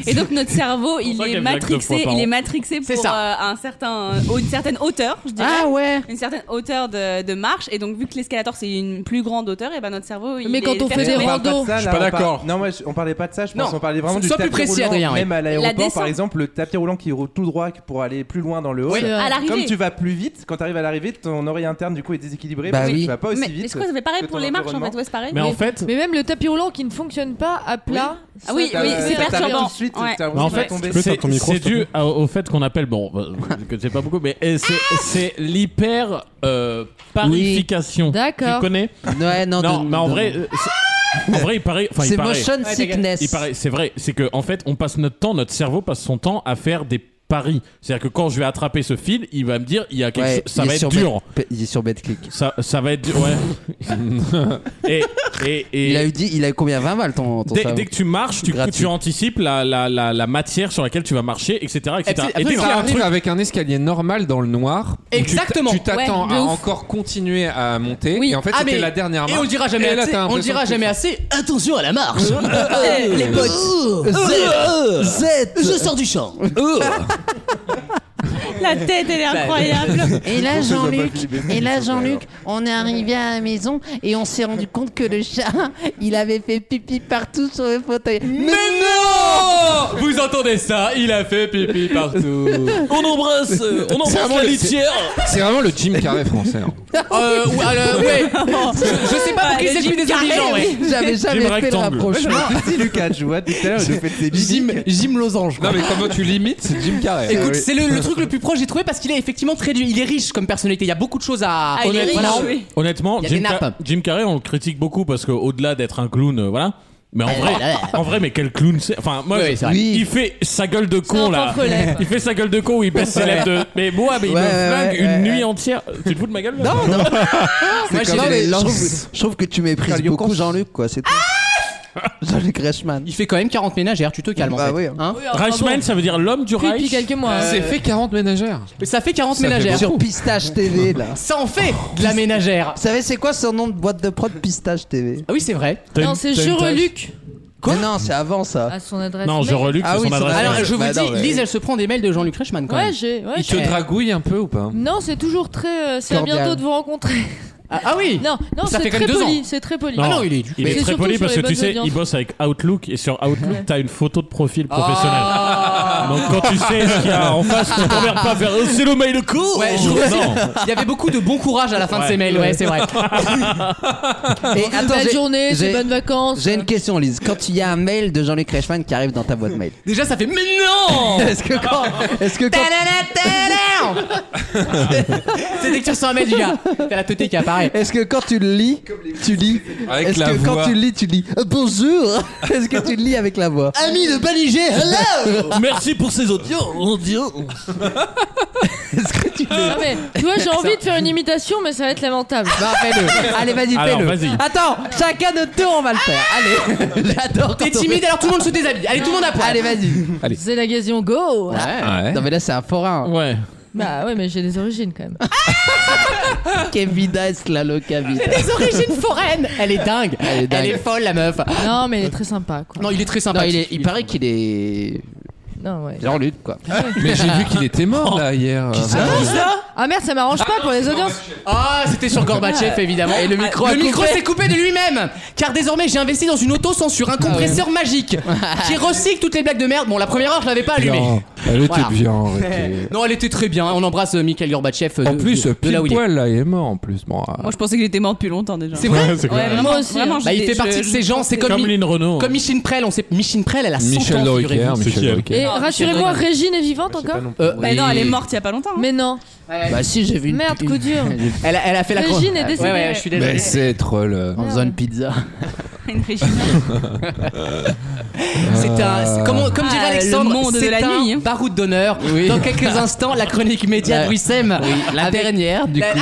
Et donc notre cerveau, il ça qu'il y est a bien que deux fois matrixé, par il an. est matrixé C'est pour ça. euh, un certain, euh, une certaine hauteur, je dirais. Ah, ouais. Une certaine hauteur de, de marche. Et donc vu que l'escalator c'est une plus grande hauteur, et ben notre cerveau. il Mais est quand on fait des perturbé. randos, Je suis pas d'accord. Non, moi, je- on parlait pas de ça. Je pense Non. qu'on parlait vraiment du Sois tapis plus précis, roulant. Adrien, oui. Même à l'aéroport, par descente. exemple, le tapis roulant qui roule tout droit pour aller plus loin dans le hall. Oui. euh, à Comme l'arrivée. tu vas plus vite, quand tu arrives à l'arrivée, ton oreille interne du coup est déséquilibrée Bah parce que oui. tu vas pas aussi Mais vite. est-ce que vous avez pareil que pour ton les marches en environnement. fait Ouais, c'est pareil. Mais en fait, mais même le tapis roulant qui ne fonctionne pas à plat. Ah oui, T'as- oui, c'est t'as- perturbant. Tout de suite, Ouais. t'as- Mais en tu vas fait, tomber. peux- c'est sortir ton micro, c'est s'il te dû à- au fait qu'on appelle, bon, bah, que c'est pas beaucoup, mais eh, c'est- c'est l'hyper euh, parification. D'accord. Tu connais Ouais, non, Non, de- mais en de- vrai, euh, c'est- en vrai, il paraît. Enfin, il c'est paraît. motion sickness. Il paraît. C'est vrai. C'est que en fait, on passe notre temps, notre cerveau passe son temps à faire des paris. C'est-à-dire que quand je vais attraper ce fil, il va me dire, il y a quelque Ouais, chose- ça il va est être sur dur. Bet- Il est sur BetClick. Ça, ça va être dur. Ouais. et et, et Il a eu dit, il a eu combien 20 balles ton, ton Dès, cerveau dès que tu marches, tu, Gratuit. tu anticipes la, la, la, la matière sur laquelle tu vas marcher, etc. etc. Et Et dès puis, qu'il y a un truc avec un escalier normal dans le noir. Exactement. Tu t'attends Ouais, de à ouf. encore continuer à monter. Oui. Et en fait, Ah, c'était mais- la dernière Et marche. on dira jamais, Et là, assez, t'as on l'impression dira que- jamais assez. Attention à la marche. les potes. Euh, Z Je sors du champ. La tête, elle est Bah, incroyable. Et là, Jean-Luc, Philippe et là, Besson, Jean-Luc, on est arrivé à la maison et on s'est rendu compte que le chat, il avait fait pipi partout sur le fauteuil. Mais non Vous entendez ça Il a fait pipi partout. On embrasse, euh, on embrasse la litière. C'est vraiment le Jim Carrey français. hein. Euh, ou- alors, ouais. Je, je sais pas pour Bah, qui c'est le plus désobligeant, ouais. J'avais jamais Jim fait le Rectangle. rapprochement. Si Lucas, tu vois, tout à l'heure, il nous fait des Jim, Jim Losange. quoi. Non, mais comment tu limites C'est Jim Eh Carrey. Écoute, c'est le, le truc le plus proche que j'ai trouvé parce qu'il est effectivement très du- Il est riche comme personnalité. Il y a beaucoup de choses à. Ah, il est riche, Voilà. oui. Honnêtement, Il y a des Jim, Ca- nappes. Jim Carrey, on le critique beaucoup parce qu'au-delà d'être un clown, euh, voilà. Mais en vrai, en vrai, mais quel clown c'est Enfin, moi, Oui, je- c'est vrai. il fait sa gueule de C'est con un là. pauvre lèvre. Il fait sa gueule de con où il baisse ses lèvres. De... Mais moi, mais il Ouais, me ouais, flingue ouais, une ouais, nuit ouais. entière. Tu te fous de ma gueule là Non, non. Moi, j'ai- comme non, mais les je, lances. trouve, je trouve que tu méprises Cardio beaucoup cons. Jean-Luc, quoi. C'est tout. Jean-Luc Reichmann. Il fait quand même 40 ménagères. Tu te calmes Bah en oui. fait. Hein Reichman, ça veut dire l'homme du Depuis Reich. quelques mois. C'est fait 40 ménagères. ça fait 40 Ça fait ménagères. beaucoup. Sur Pistache TV, là. Ça en fait Oh. de la ménagère. Vous savez, c'est quoi son nom de boîte de prod Pistache TV Ah oui, c'est vrai. T'as Non, une- c'est t'as une Je tâche. reluc Mais Non, c'est avant ça. à son adresse. Non, je mail. reluque, Ah c'est oui, son c'est adresse. vrai. Alors, je vous Bah, dis, non, mais- Lise, elle se prend des mails de Jean-Luc Reichmann quand Ouais, même. j'ai. ouais, Il te j'ai- dragouille un peu ou pas Non, c'est toujours très. euh, c'est à Cordial. bientôt de vous rencontrer. Ah, ah oui Non, non, Ça c'est fait quand très même deux ans. poli. C'est très poli. Non. Ah non, il est éduqué. Il Mais est c'est très surtout poli sur parce les que tu bonnes sais, audiences. il bosse avec Outlook et sur Outlook, t'as une photo de profil professionnel. Ah. Donc quand tu sais ce qu'il y a en face, tu t'emmerdes pas à faire Oh, c'est le mail court. Ouais, je trouve que non. Il y avait beaucoup de bon courage à la fin de Ouais. ces mails, ouais, c'est vrai. Ah, Et Bonne attends, j'ai- journée, j'ai- c'est bonnes vacances. J'ai une question, Lise. Quand il y a un mail de Jean-Luc Reichmann qui arrive dans ta boîte mail, Déjà, ça fait Mais non est-ce que quand. Est-ce que quand. C'est dès que tu reçois un mail du gars, t'as la teuté qui apparaît. Est-ce que quand tu le lis, tu lis Avec Est-ce la que quand voix. tu le lis, tu lis euh, Bonjour Est-ce que tu le lis avec la voix Ami de Baligé, hello Merci pour ces audios. Est-ce que tu le Non, mais, tu vois, j'ai envie de faire une imitation, mais ça va être lamentable. Non, fais-le Allez, vas-y, Alors, fais-le vas-y. Attends, chacun notre tour, on va le faire Allez J'adore quand T'es on timide, alors tout le monde se déshabille. Allez, tout le monde à fait- poil. Allez, vas-y C'est la gazion go. Ah Ouais. Non, mais là, c'est un forain Ouais. Bah ouais, mais j'ai des origines quand même. Kevida est la loca vida. Les origines foraines Elle est dingue Elle est, dingue. folle, la meuf Non, mais elle est très sympa quoi. Non, il est très Non, sympa. il, est- il paraît qu'il est Non, ouais. Jean-Luc, quoi. Mais j'ai vu qu'il était mort là hier. Ah merde, ça m'arrange pas pour les audiences. Ah, c'était sur Gorbatchev, évidemment. Et le micro a Ah, Le micro s'est coupé de lui-même Car désormais, j'ai investi dans une autocensure, un compresseur magique qui recycle toutes les blagues de merde. Bon, la première heure, je l'avais pas allumé. Bien. Elle était Voilà. bien. arrêtez. Non, elle était très bien. On embrasse euh, Mikhail Gorbatchev. euh, En de- plus, de, de pile là où il est. poil là, il est mort en plus. Bon, ah. Moi, je pensais qu'il était mort depuis longtemps déjà. C'est vrai Ouais, vraiment, Moi aussi, vraiment, hein. Bah, il j'ai- fait partie je- de ces gens. C'est comme, Comme Mi- Lynn Renault. comme Michine Prel. On sait, Michine Prel, elle a 100 Michel ans. Drucker, figurez-vous. C'est qui, Michel elle Drucker. Et rassurez-moi, Régine est vivante encore Euh, Bah non, elle est morte il y a pas longtemps. hein. Mais non. Bah, si, j'ai vu une. Merde, coup dur. Elle a, elle a fait la Régine est Ouais, décédée. ouais, je suis désolé. euh, Mais c'est troll. En faisant une pizza. Une Régine. C'est un. c'est- Comme, on- comme Ah, dirait le Alexandre, monde de c'est la un nuit, hein. baroud d'honneur. Dans quelques instants, la chronique média de Wissem. la avec- dernière, du la- coup.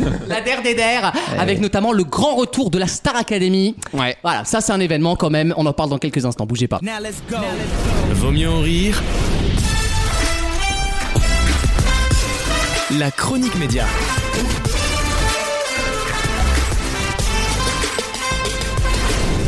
La der des der, avec notamment le grand retour de la Star Academy. Voilà, ça c'est un événement quand même. On en parle dans quelques instants. Bougez pas. Vaut mieux en rire. La chronique média.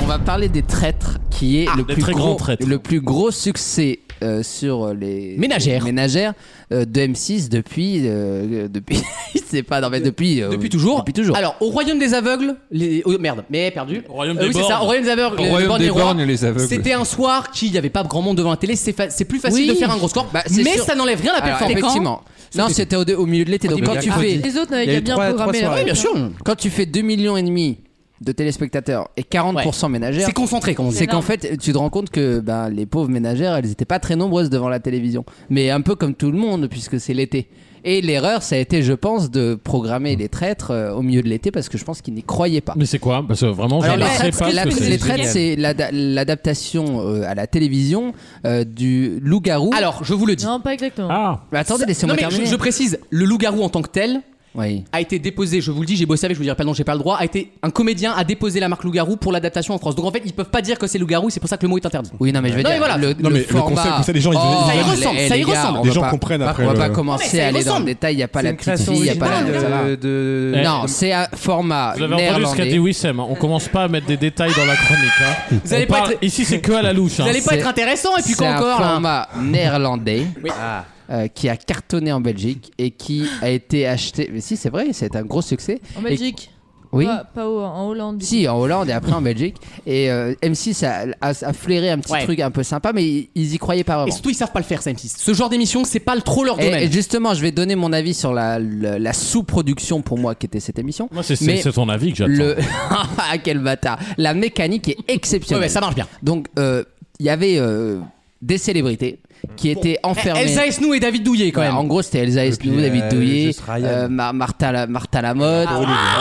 On va parler des traîtres, qui Ah, est le, des plus très grands gros, traîtres. le plus gros succès euh, sur les Ménagères. les ménagères, euh, de M6 depuis euh, euh, depuis c'est pas non mais depuis euh, Depuis toujours. depuis toujours. Alors, au royaume des aveugles, les... oh, merde, mais perdu. Au royaume Euh, des oui, c'est bornes. ça, au royaume des aveugles. Au les royaume bornes, des les rois. bornes et les aveugles. C'était un soir qu'il n'y avait pas grand monde devant la télé, c'est fa- c'est plus facile Oui. de faire un gros score, Bah, c'est mais sûr. ça n'enlève rien à la Alors, performance. effectivement. Non, c'était au, au milieu de l'été. Donc dit quand pas tu que- fais Les autres n'avaient Il y a qu'à eu bien trois- trois programmé. leur- soirées. Oui, bien sûr. quand tu fais 2 millions et demi de téléspectateurs et 40% ménagères, C'est concentré, comme on dit. c'est qu'en fait, tu te rends compte que ben, les pauvres ménagères, elles n'étaient pas très nombreuses devant la télévision. Mais un peu comme tout le monde, puisque c'est l'été. Et l'erreur, ça a été, je pense, de programmer les traîtres euh, au milieu de l'été, parce que je pense qu'ils n'y croyaient pas. Mais c'est quoi Parce que vraiment, je Alors, ne la- sais pas la- ce que les c'est. traîtres, c'est l'ada- l'adaptation euh, à la télévision euh, du loup-garou. Alors, je vous le dis. Non, pas exactement. Ah Mais attendez, non, laissez-moi mais je, terminer. je précise, le loup-garou en tant que tel Oui. a été déposé, je vous le dis, j'ai bossé avec, je vous dirai pas le nom, j'ai pas le droit, a été un comédien a déposé la marque loup-garou pour l'adaptation en France. Donc en fait, ils peuvent pas dire que c'est loup-garou, c'est pour ça que le mot est interdit. Oui, non, mais je veux Non, dire, mais voilà. le, Non, mais le format- Oh, concept, vous savez, les gens, ils- Ça y ressemble, les- ça y les gars, ressemble. on Les va gens pas- comprennent pas- après On va le- pas Non, mais commencer ça à y aller dans le ressemble. détail, il n'y a pas la petite fille, il n'y a pas la. ça va. de, Euh, de- Euh, Non, c'est un format eh, Vous avez entendu ce qu'a dit néerlandais. Wissem, hein. on commence pas à mettre des détails dans la chronique. hein. Vous allez On pas parle- être- Ici c'est que à la louche. hein. Ça allait pas C'est- être intéressant, et puis hein. C'est quoi un encore là format néerlandais Oui. Ah. euh, qui a cartonné en Belgique et qui a été acheté. Mais si, c'est vrai, c'est un gros succès. En Belgique. Et- Oui. Pas, pas au- en Hollande. du Si, en Hollande et après en Belgique. Et euh, M6 a, a- a flairé un petit Ouais. truc un peu sympa, mais ils, ils y croyaient pas Et vraiment. surtout, ils savent pas le faire, ça, M6. Ce genre d'émission, c'est pas le- trop leur Et, domaine. et justement, je vais donner mon avis sur la, la- la sous-production pour moi qui était cette émission. Moi c'est- c'est Mais c'est ton avis que j'attends. Le... Ah, quel bâtard La mécanique est Ouais, exceptionnelle. ouais, ça marche bien. Donc, euh, il y avait euh, des célébrités qui étaient enfermées. Elsa Esnou et David Douillet, quand Voilà, Eh, Bah, en même. gros, c'était Elsa Esnou, puis, David euh, Douillet, Jess Ryan. euh, Ma- Martha, La- Martha Lamotte,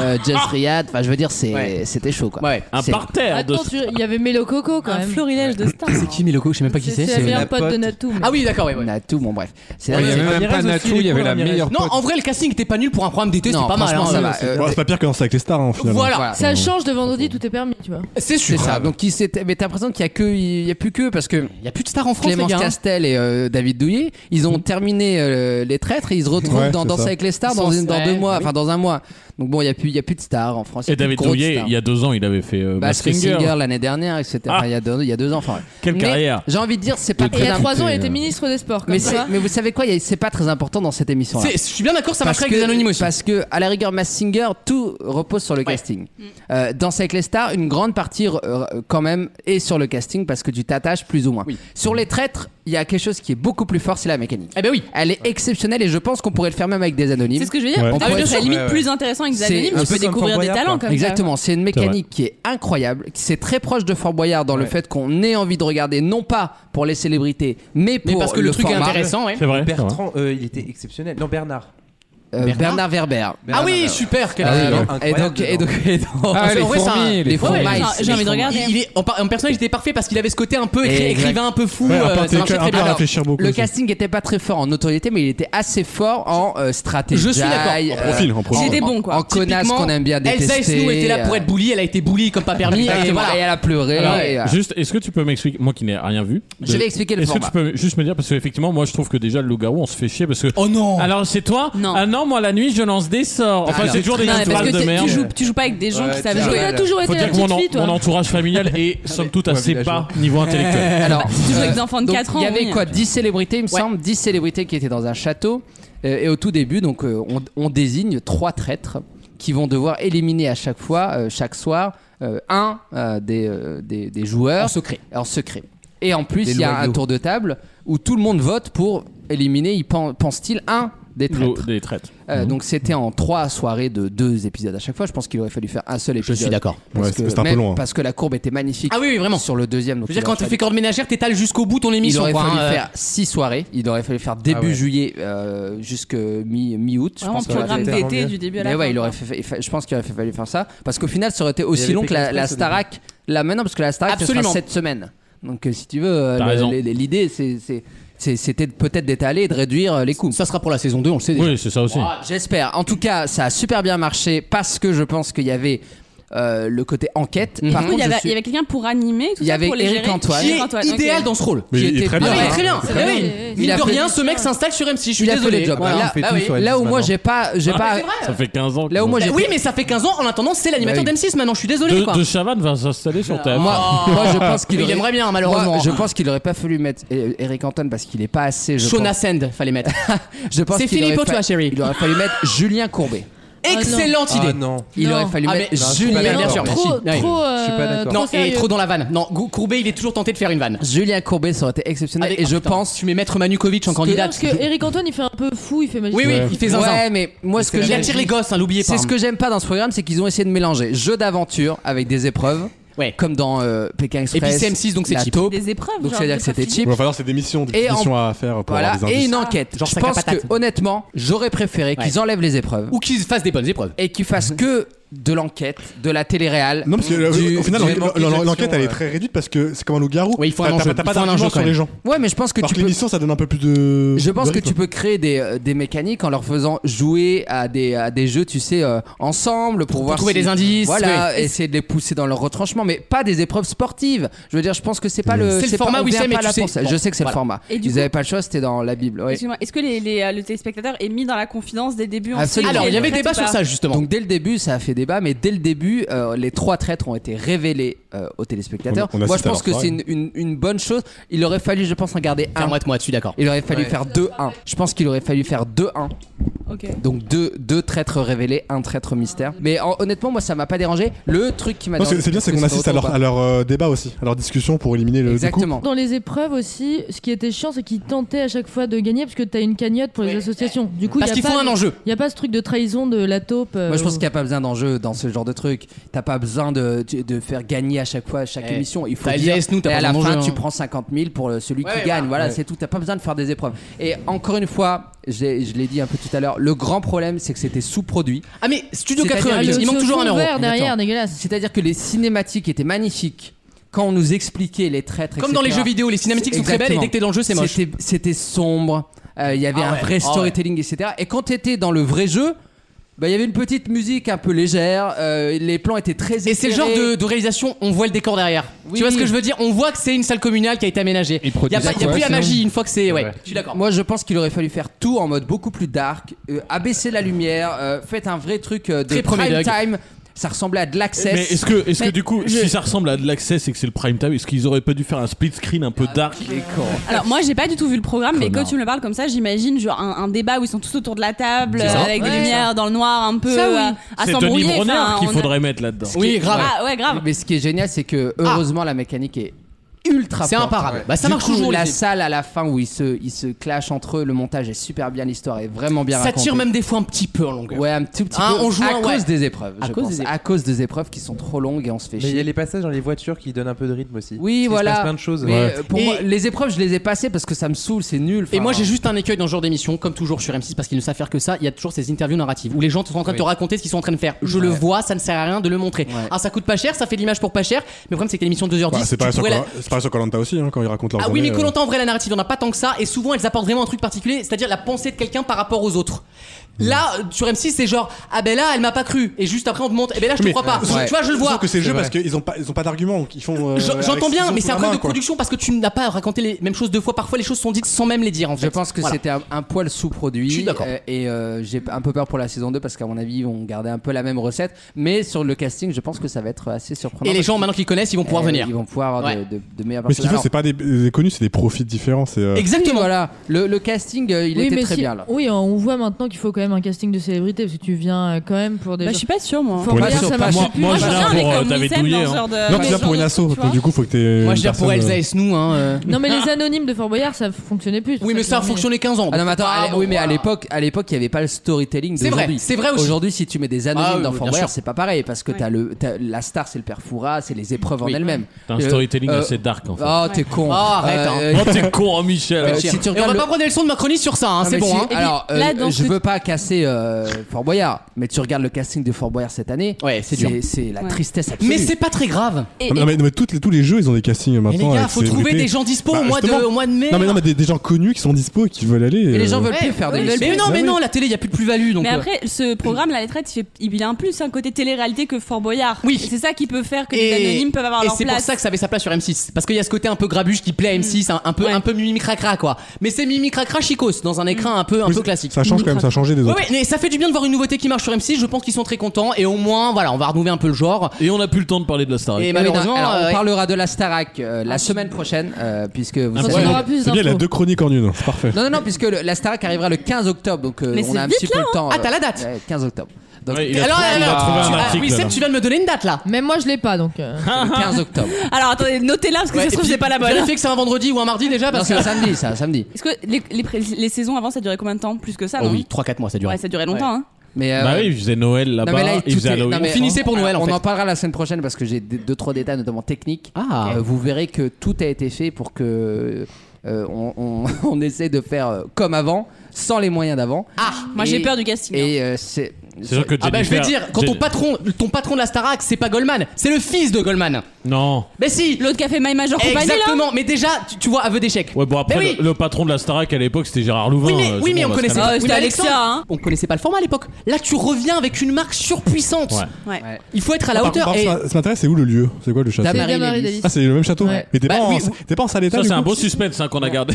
euh, Jess Riad. Enfin, je veux dire, c'est- Ah. Ouais. c'était chaud, quoi. Ouais. Un c'est- coup. parterre de. Attends, tu- il y avait Mélo Coco quand Un même. florilège de stars. Qui Méloko Je sais même pas qui C'est c'est. la c'est- meilleure la pote pote. de Natou. mais- Ah oui, d'accord, ouais, ouais. Natou, bon, bref. C'est Il y avait même pas Ramirez Natou, aussi, il y les avait cons, la Ramirez. meilleure Non, pote. en vrai, le casting était pas nul pour un programme d'été, Non, c'était pas mal. franchement, hein. ça va. Euh, Bon, c'est pas pire que dans avec les stars, hein, au final. Voilà. Ça change de vendredi, tout est permis, tu vois. C'est C'est sûr. ça. Donc, il s'était- mais t'as l'impression qu'il y a que, il y a plus que parce que Il y a plus de stars en France, les Clémence gars. hein. Castel et euh, David Douillet, ils ont terminé euh, les traîtres et ils se retrouvent Ouais, dans c'est Danse ça. avec les stars Ils dans, sont- une- dans ouais, deux mois, oui. enfin dans un mois. Donc bon, il y a plus, il y a plus de stars en France. il y Et a plus de David grosses Douillet, stars. il y a deux ans, il avait fait euh, Bah, Masked Singer, Singer. Ah. l'année dernière, etc. Enfin, il y a deux, il y a deux ans. enfin, ouais. Quelle Mais carrière J'ai envie de dire, c'est pas Et il y très a trois important. ans, il était ministre des Sports. Mais, Comme c'est- ça. mais vous savez quoi, il y a- c'est pas très important dans cette émission. là C'est- Je suis bien d'accord, ça parce marcherait avec que- des anonymes aussi. Parce que, à la rigueur, Mass Singer, tout repose sur le casting. Mm. Euh, Danse avec les stars, une grande partie, euh, quand même, est sur le casting parce que tu t'attaches plus ou moins. Sur les traîtres, il y a quelque chose qui est beaucoup plus fort, c'est la mécanique. Eh ben oui. Elle est exceptionnelle et je pense qu'on pourrait le faire même avec des anonymes. C'est ce que je veux dire. Ouais. Ah, On mais pourrait- c'est limite Ouais, ouais. plus intéressant avec des C'est anonymes, un tu peu peux comme découvrir Fort des Boyard, talents quoi. comme Exactement, c'est une mécanique qui est incroyable, qui- c'est très proche de Fort Boyard dans le fait qu'on ait envie de regarder non pas pour les célébrités, mais pour Mais parce que le, truc format. est intéressant, ouais. C'est vrai. c'est vrai. Bertrand, euh, il était exceptionnel. Non, Bernard. Euh, Bernard, Werber. Ah oui, super. quel- Ah oui, et donc, et donc, et donc- Ah, les en vrai, ça- fourmis, les les fourmis. fourmis. Ouais, ça. J'ai envie de regarder. Il, il est en, par- en personnage, il était parfait parce qu'il avait ce côté un peu écrit- Exact. écrivain, un peu fou. Ouais, un euh, peu ça intellectuel, marchait un très peu à bien. réfléchir beaucoup. Le aussi. casting n'était pas très fort en notoriété, mais il était assez fort en euh, stratégie. Euh, Je suis d'accord. En profil, en profil. Il était bon, quoi. En connasse Typiquement, qu'on aime bien détester. euh. Elsa Esnou était là pour être bully, elle a été bully comme pas permis. et Exactement, et voilà. elle a pleuré. Alors, et, euh, juste, est-ce que tu peux m'expliquer, moi qui n'ai rien vu. Je vais expliquer le Est-ce que format. tu peux juste me dire, parce qu'effectivement, moi je trouve que déjà le loup-garou, on se fait chier parce que. Oh non Alors c'est toi Non. Ah non, moi la nuit je lance des sorts. Enfin, Alors, c'est toujours des Non, mais histoires parce que de t'es- merde. tu joues, tu joues pas avec des gens Ouais, qui tu savent joues Parce que jouer. t'as toujours Faut été la dire que mon, petite en- fille, mon toi. entourage familial est somme toute assez villageois. bas niveau Euh, intellectuel. Alors, bah, euh, Tu joues avec des enfants de donc, 4 ans. Il y avait oui. hein. quoi 10 célébrités, il me semble, 10 célébrités qui étaient dans un château. Euh, et au tout début, donc, euh, on, on désigne trois traîtres qui vont devoir éliminer à chaque fois, euh, chaque soir, euh, un euh, des, euh, des, des joueurs En secret. en secret. Et en plus, Des il y a un loyaux. tour de table où tout le monde vote pour éliminer, il pen- pense-t-il, un des L'eau traîtres. Des traites. Euh, Donc c'était en trois soirées de deux épisodes à chaque fois. Je pense qu'il aurait fallu faire un seul Je épisode. suis d'accord. Parce Ouais, que c'était un peu même- long, hein. Parce que la courbe était magnifique. Ah oui, oui, vraiment. Sur le deuxième. donc Je veux il dire, quand aurait tu fallu- fais corde ménagère, t'étales jusqu'au bout ton il émission. aurait quoi, fallu hein, faire six soirées. Ah Il aurait fallu faire début juillet euh, jusque mi- mi-août. je Vraiment, pense qu'il aurait programme fallu- d'été du début à la Mais fin. ouais, il aurait fait- fait- je pense qu'il aurait fait- fallu faire ça. Parce qu'au final, ça aurait été aussi avait long que la, Pékin la Express au Starac. Là maintenant, parce que la Starac, ce sera Absolument. cette semaine. Donc euh, si tu veux, euh, T'as le- raison. les- les- l'idée c'est- c'est- c'est- c'était peut-être d'étaler et de réduire euh, les coûts. Ça sera pour la saison 2, on le sait déjà. Oui, c'est ça aussi. Ah, J'espère. En tout cas, ça a super bien marché parce que je pense qu'il y avait euh, le côté enquête. Mhm. Par Du coup, il y contre, je avait, suis- il y avait quelqu'un pour animer, tout Il y ça, avait pour les Eric gérer. Antoine. Qui est ok. idéal dans ce rôle. qui il est était très pas bien, Ah, mais mal. très bien. C'est Mais vrai. oui. Il Mine a de fait- rien, ce mec s'installe sur M6. Je suis Il a fait désolé. le job. Voilà. Là, Bah là- oui. Ah là où moi j'ai pas, j'ai Ah, pas. c'est vrai. Ça fait 15 ans. que- Là où moi j'ai. Oui, mais ça fait 15 ans. En attendant, c'est l'animateur Bah d'M6 maintenant. Je suis désolé. quoi. De, de Chavannes va s'installer sur TF1. Moi, moi, je pense qu'il Il aurait- aimerait bien, malheureusement. Moi, je pense qu'il aurait pas fallu mettre euh, Eric Antoine parce qu'il est pas assez. Je Shona pense. Send, fallait mettre. Je pense C'est qu'il fini aurait pour fa- toi, chérie. Il aurait fallu mettre Julien Courbet. Excellente idée. non. Il Non. aurait fallu Ah, mettre. mais Non, je suis Julien, pas d'accord. bien Ah, sûr. Trop, merci. Oui. trop, Je suis pas euh, d'accord. Non, trop et sérieux. trop dans la vanne. Non, Gou- Courbet, il est toujours tenté de faire une vanne. Julien Courbet, ça aurait été exceptionnel. Avec- et je Ah, putain, pense. Tu mets Maître Manukovic en Non, candidat. Parce que Eric Antoine, il fait un peu fou, il fait magique. Oui, oui, il fait zinzin. Ouais, mais moi, ce que Il j'aime. attire les gosses, hein, l'oubliez pas. C'est ce hein. que j'aime pas dans ce programme, c'est qu'ils ont essayé de mélanger jeu d'aventure avec des épreuves, Ouais. comme dans euh, Pékin Et puis Express. c'est M6, donc c'est la cheap. taupe. Des épreuves. Donc genre, ça veut dire de que c'était pas cheap. Il va falloir c'est des missions, des Et en- missions à faire pour Voilà, avoir des et indices. une enquête. Ah, Genre je sac à pense que patate. honnêtement, j'aurais préféré Ouais. qu'ils enlèvent les épreuves Ou qu'ils fassent des bonnes épreuves. et qu'ils fassent que de l'enquête, de la télé-réal. Non, parce que euh, du- au final, du- l'en- l'en- l'enquête, elle est euh. très réduite parce que c'est comme un loup-garou. Oui, il faut un T'as- enjeu, T'as t'as pas il faut un d'argument enjeu sur quand les même. gens. Ouais, mais je pense que Alors tu que peux. l'émission, ça donne un peu plus de. Je pense de que rythme. tu peux créer des, euh, des mécaniques en leur faisant jouer à des, à des jeux, tu sais, euh, ensemble pour, voir trouver si- des indices, Voilà, essayer de les pousser dans leur retranchement, mais pas des épreuves sportives. Je veux dire, je pense que c'est Mm. pas le. C'est le pas- format, on oui, vient c'est, mais pas tu là sais- pour ça. bon, Je sais que c'est voilà. le format. Et du Ils coup- avaient pas le choix, c'était dans la Bible. ouais. Excuse-moi, est-ce que les, les, euh, le téléspectateur est mis dans la confidence des débuts on Absolument. sait qui Alors, est il y le avait traître débat ou sur pas ça, justement. Donc dès le début, ça a fait débat, mais dès le début, euh, les trois traîtres ont été révélés euh, aux téléspectateurs. On- on Moi, assiste je à pense leur que c'est travail. une, une- une bonne chose. Il aurait fallu, je pense, en garder un. Ferme-moi, moi, je suis d'accord. Il aurait fallu faire 2-1. Je pense qu'il aurait fallu faire 2-1. Ok. Donc deux, deux traîtres révélés, un traître mystère. Mais en- honnêtement, moi, ça m'a pas dérangé. Le truc qui m'a Non, c'est dérangé. c'est bien, c'est est-ce qu'on que assiste à autant ou leur, à pas leur euh, débat aussi, à leur discussion pour éliminer le. du coup. Exactement. Dans les épreuves aussi, ce qui était chiant, c'est qu'ils tentaient à chaque fois de gagner parce que t'as une cagnotte pour les associations. Du coup, Parce il qu'ils y a font pas un le- enjeu. Il n'y a pas ce truc de trahison de la taupe. euh, Moi, je pense qu'il n'y a pas besoin d'enjeu dans ce genre de truc. T'as pas besoin de, de faire gagner à chaque fois à chaque Eh, émission. Il faut t'as dire. LDS, nous, t'as et pas à la besoin fin, d'enjeu, tu hein. prends 50 000 pour le- celui Ouais, qui ouais, gagne. ouais. Voilà, c'est tout. T'as pas besoin de faire des épreuves. Et encore une fois, j'ai- je l'ai dit un peu tout à l'heure, le grand problème, c'est que c'était sous-produit. Ah, mais Studio C'est-à-dire, 88, le- il manque ce toujours fond un euro. vert derrière, Exactement. dégueulasse. C'est-à-dire que les cinématiques étaient magnifiques quand on nous expliquait les traîtres. Comme dans les etc.. jeux vidéo, les cinématiques sont très belles et dès que t'es dans le jeu, c'est moche. C'était- C'était sombre, euh, il y avait Ah un ouais, vrai ah storytelling, etc. Et quand t'étais dans le vrai jeu, bah, il y avait une petite musique un peu légère, euh, les plans étaient très Et c'est le genre éclairés. de, de réalisation, on voit le décor derrière. Oui. Tu vois ce que je veux dire On voit que c'est une salle communale qui a été aménagée. Il Ils n'y a, produisent pas- y a quoi, plus la sinon magie une fois que c'est. Ouais, Ouais. je suis d'accord. Moi, je pense qu'il aurait fallu faire tout en mode beaucoup plus dark, euh, abaisser la lumière, euh, faites un vrai truc euh, de Très premier prime Doug. time. Ça ressemblait à de Mais l'access. est-ce que, est-ce que Mais du coup, si ça ressemble à de l'accès et que c'est le prime time, est-ce qu'ils auraient pas dû faire un split screen un peu dark Alors moi j'ai pas du tout vu le programme mais quand Connard. tu me le parles comme ça j'imagine genre un, un débat où ils sont tous autour de la table C'est ça. euh, avec des Ouais. lumières dans le noir un peu Ça, oui. euh, à C'est Denis s'embrouiller. Bronner enfin, qu'il on a- faudrait mettre là-dedans. Oui, grave. Ah ouais grave. Mais ce qui est génial, c'est que heureusement, la mécanique est ultra C'est forte. imparable. Bah, ça Du marche coup, toujours, La les- salle à la fin où ils se, ils se clashent entre eux, le montage est super bien, l'histoire est vraiment bien Ça racontée. tire même des fois un petit peu en longueur. Ouais, un tout petit Hein, peu. on joue à un- cause ouais. des épreuves. À je cause pense. des é- à cause des épreuves qui sont trop longues et on se fait Mais il y chier. a les passages dans les voitures qui donnent un peu de rythme aussi. Oui, Il voilà. se passe plein de choses. Mais euh, pour Et- moi, les épreuves, je les ai passées parce que ça me saoule, c'est nul. Et Enfin, moi j'ai juste un écueil dans ce genre d'émission, comme toujours sur M6 parce qu'ils ne savent faire que ça, il y a toujours ces interviews narratives où les gens sont en train de te Oui. raconter ce qu'ils sont en train de faire. Je le Ouais. vois, ça ne sert à rien de le montrer. Ouais. Ah ça coûte pas cher, ça fait de l'image pour pas cher, mais le problème c'est que l'émission de 2h10, Bah, tu C'est pareil sur pourrais la- Koh- c'est pareil sur Colanta aussi, hein, quand ils racontent leur Ah oui, mais journée, euh, Colanta, en vrai, la narrative, on a pas tant que ça, et souvent elles apportent vraiment un truc particulier, c'est-à-dire la pensée de quelqu'un par rapport aux autres. Mm. Là, euh, sur M6, c'est genre, ah ben là, elle m'a pas cru, et juste après on te montre, eh ben là, je te Mais- crois pas. euh, Ouais. Tu vois, je Je le trouve vois. que c'est le jeu vrai. parce qu'ils ont pas, ils ont pas d'argument, donc ils font. euh, Je- avec ce J'entends qu'ils bien, ont mais sous c'est la un problème main, de quoi. production parce que tu n'as pas raconté les mêmes choses deux fois. Parfois, les choses sont dites sans même les dire, en fait. Je pense que Voilà. c'était un, un poil sous-produit. Je suis d'accord. euh, et euh, j'ai un peu peur pour la saison 2 parce qu'à mon avis, ils vont garder un peu la même recette. Mais sur le casting, je pense que ça va être assez surprenant. Et les parce gens, que- maintenant qu'ils connaissent, ils vont Eh pouvoir euh, venir. Ils vont pouvoir avoir Ouais. de, de- de meilleures Mais ce qu'ils personnes. font, c'est pas des, des connus, c'est des profits différents. C'est. euh, Exactement. Voilà. Le, le casting, euh, il Oui, était mais très si- bien là. Oui, on voit maintenant qu'il faut quand même un casting de célébrité parce que tu viens euh, quand même pour des. Bah, gens- je suis pas sûre moi. Faut Pour pas une dire asso, ça pas marche moi. plus. Moi, je Moi, viens j'en ai pour, euh, comme David Zen Douillet, dans ce hein. genre de- Non, dans tu ce viens genre pour une de asso, truc, tu donc vois. du coup, faut que t'aies. Moi, je une viens pour personne, Elsa euh, et Snou, hein. euh. Non, mais les anonymes de Fort Boyard, ça fonctionnait plus. Oui, mais ça a fonctionné fonctionné 15 ans. Ah non, mais attends, Ah, à- bon, oui, mais à voilà. l'époque, à l'époque, il n'y avait pas le storytelling C'est vrai, d'aujourd'hui. c'est vrai aussi. Aujourd'hui, si tu mets des anonymes Ah oui, dans oui, Fort bien Boyard, sûr. c'est pas pareil parce que t'as le, t'as- la star, c'est le père Fouras, c'est les épreuves Oui. en elles-mêmes. T'as un Euh, storytelling euh, assez dark en fait. Oh, t'es con. Oh, arrête, hein. Euh, Oh, t'es con, hein, Michel. si tu Et on va regardes pas le- prendre des leçons de Macronie sur ça, hein, Non, c'est mais bon. si- hein. Et puis, Alors, euh, là, dans je ce- veux pas casser euh, Fort Boyard, mais tu regardes le casting de Fort Boyard cette année. Ouais, c'est dur. C'est la Ouais. tristesse absolue. Mais c'est pas très grave. Eh, Non, mais, non, mais- non, mais toutes les- tous les jeux ils ont des castings maintenant. les gars, avec faut ces trouver VP. des gens dispo au mois de- justement. au mois de mai, Non mais non mais là. des, des gens connus qui sont dispo et qui veulent aller. Et les euh, gens veulent plus faire des Ah, Mais non, mais non, la télé, il n'y a plus de plus-value. donc, Mais euh, après, ce programme, la lettrette, il, fait- il a un plus, un côté télé-réalité que Fort Boyard. Oui. C'est ça qui peut faire que les anonymes peuvent avoir et leur c'est pour place. ça que ça avait sa place Mm. sur M6 parce qu'il y a ce côté un peu grabuge qui plaît à M6 un, un peu un peu mimi cracra quoi mais c'est mimi cracra chicos dans un écran un peu un peu classique ça change quand même, ça a changé des Ouais, autres. ouais, mais ça fait du bien de voir une nouveauté qui marche sur M6 je pense qu'ils sont très contents et au moins voilà on va renouveler un peu le genre et on n'a plus le temps de parler de la Star Ah et oui, non, malheureusement alors, euh, on parlera de la Starac euh, Ah, la semaine prochaine, euh, puisque vous Ah, savez. c'est bien, c'est bien, il a deux chroniques en une, c'est parfait. Non, non, non, puisque le- la Starac arrivera le 15 octobre, donc euh, Mais on c'est a un vite, petit là, peu le temps. hein. Ah, euh, t'as la date ouais, 15 octobre. Donc, il a Alors, trouvé- il a alors, trouvé tu- un ah, article, oui, Seb, là. tu vas me donner une date là. Même moi, je l'ai pas donc. euh. Le 15 octobre. Alors attendez, notez-la parce que ouais, ça se trouve, et c'est puis, pas la Ah, bonne. vérifiez que c'est un vendredi ou un mardi déjà Non, parce c'est un que samedi, c'est un samedi. Est-ce que les, les pré- les saisons avant, ça durait combien de temps Plus que ça, Oh non oui 3-4 mois ça dure Ouais, ça durait longtemps, hein. Mais euh, Bah oui, Ah bah, ils faisaient Noël non, là-bas, mais là, ils tout faisaient est- Halloween. non, mais finissait pour Noël, en On fait. en parlera la semaine prochaine parce que j'ai des- deux trois détails notamment techniques. Ah. Euh, vous verrez que tout a été fait pour que euh, on, on- on essaie de faire euh, comme avant, sans les moyens d'avant. Ah, moi, j'ai Et- peur du casting, hein. Et euh, c'est. C'est sûr que ah bah je vais Jennifer- dire quand ton Jen- patron ton patron de la Starac c'est pas Goldman c'est le fils de Goldman Non. mais si l'autre café My Major Company, là exactement mais déjà tu, tu vois aveu d'échec Ouais, bon, après, Mais oui. le, le patron de la Starac à l'époque, c'était Gérard Louvain. Oui, mais, euh, oui, c'est mais bon, on va se connaissait calmer. pas. c'était mais Alexia, Alexandre, hein. On connaissait pas le format à l'époque. Là, tu reviens avec une marque surpuissante. Ouais. Ouais. Il faut être à la Par hauteur. contre, et... par- Ça ça m'intéresse, c'est où le lieu C'est quoi le château Damary, Damary Lévis. Lévis. Ah, c'est le même château Ouais. Mais t'es Bah pas, en- oui, t'es pas en salle état Ça, Ah, du c'est un coup beau suspense hein, qu'on a gardé.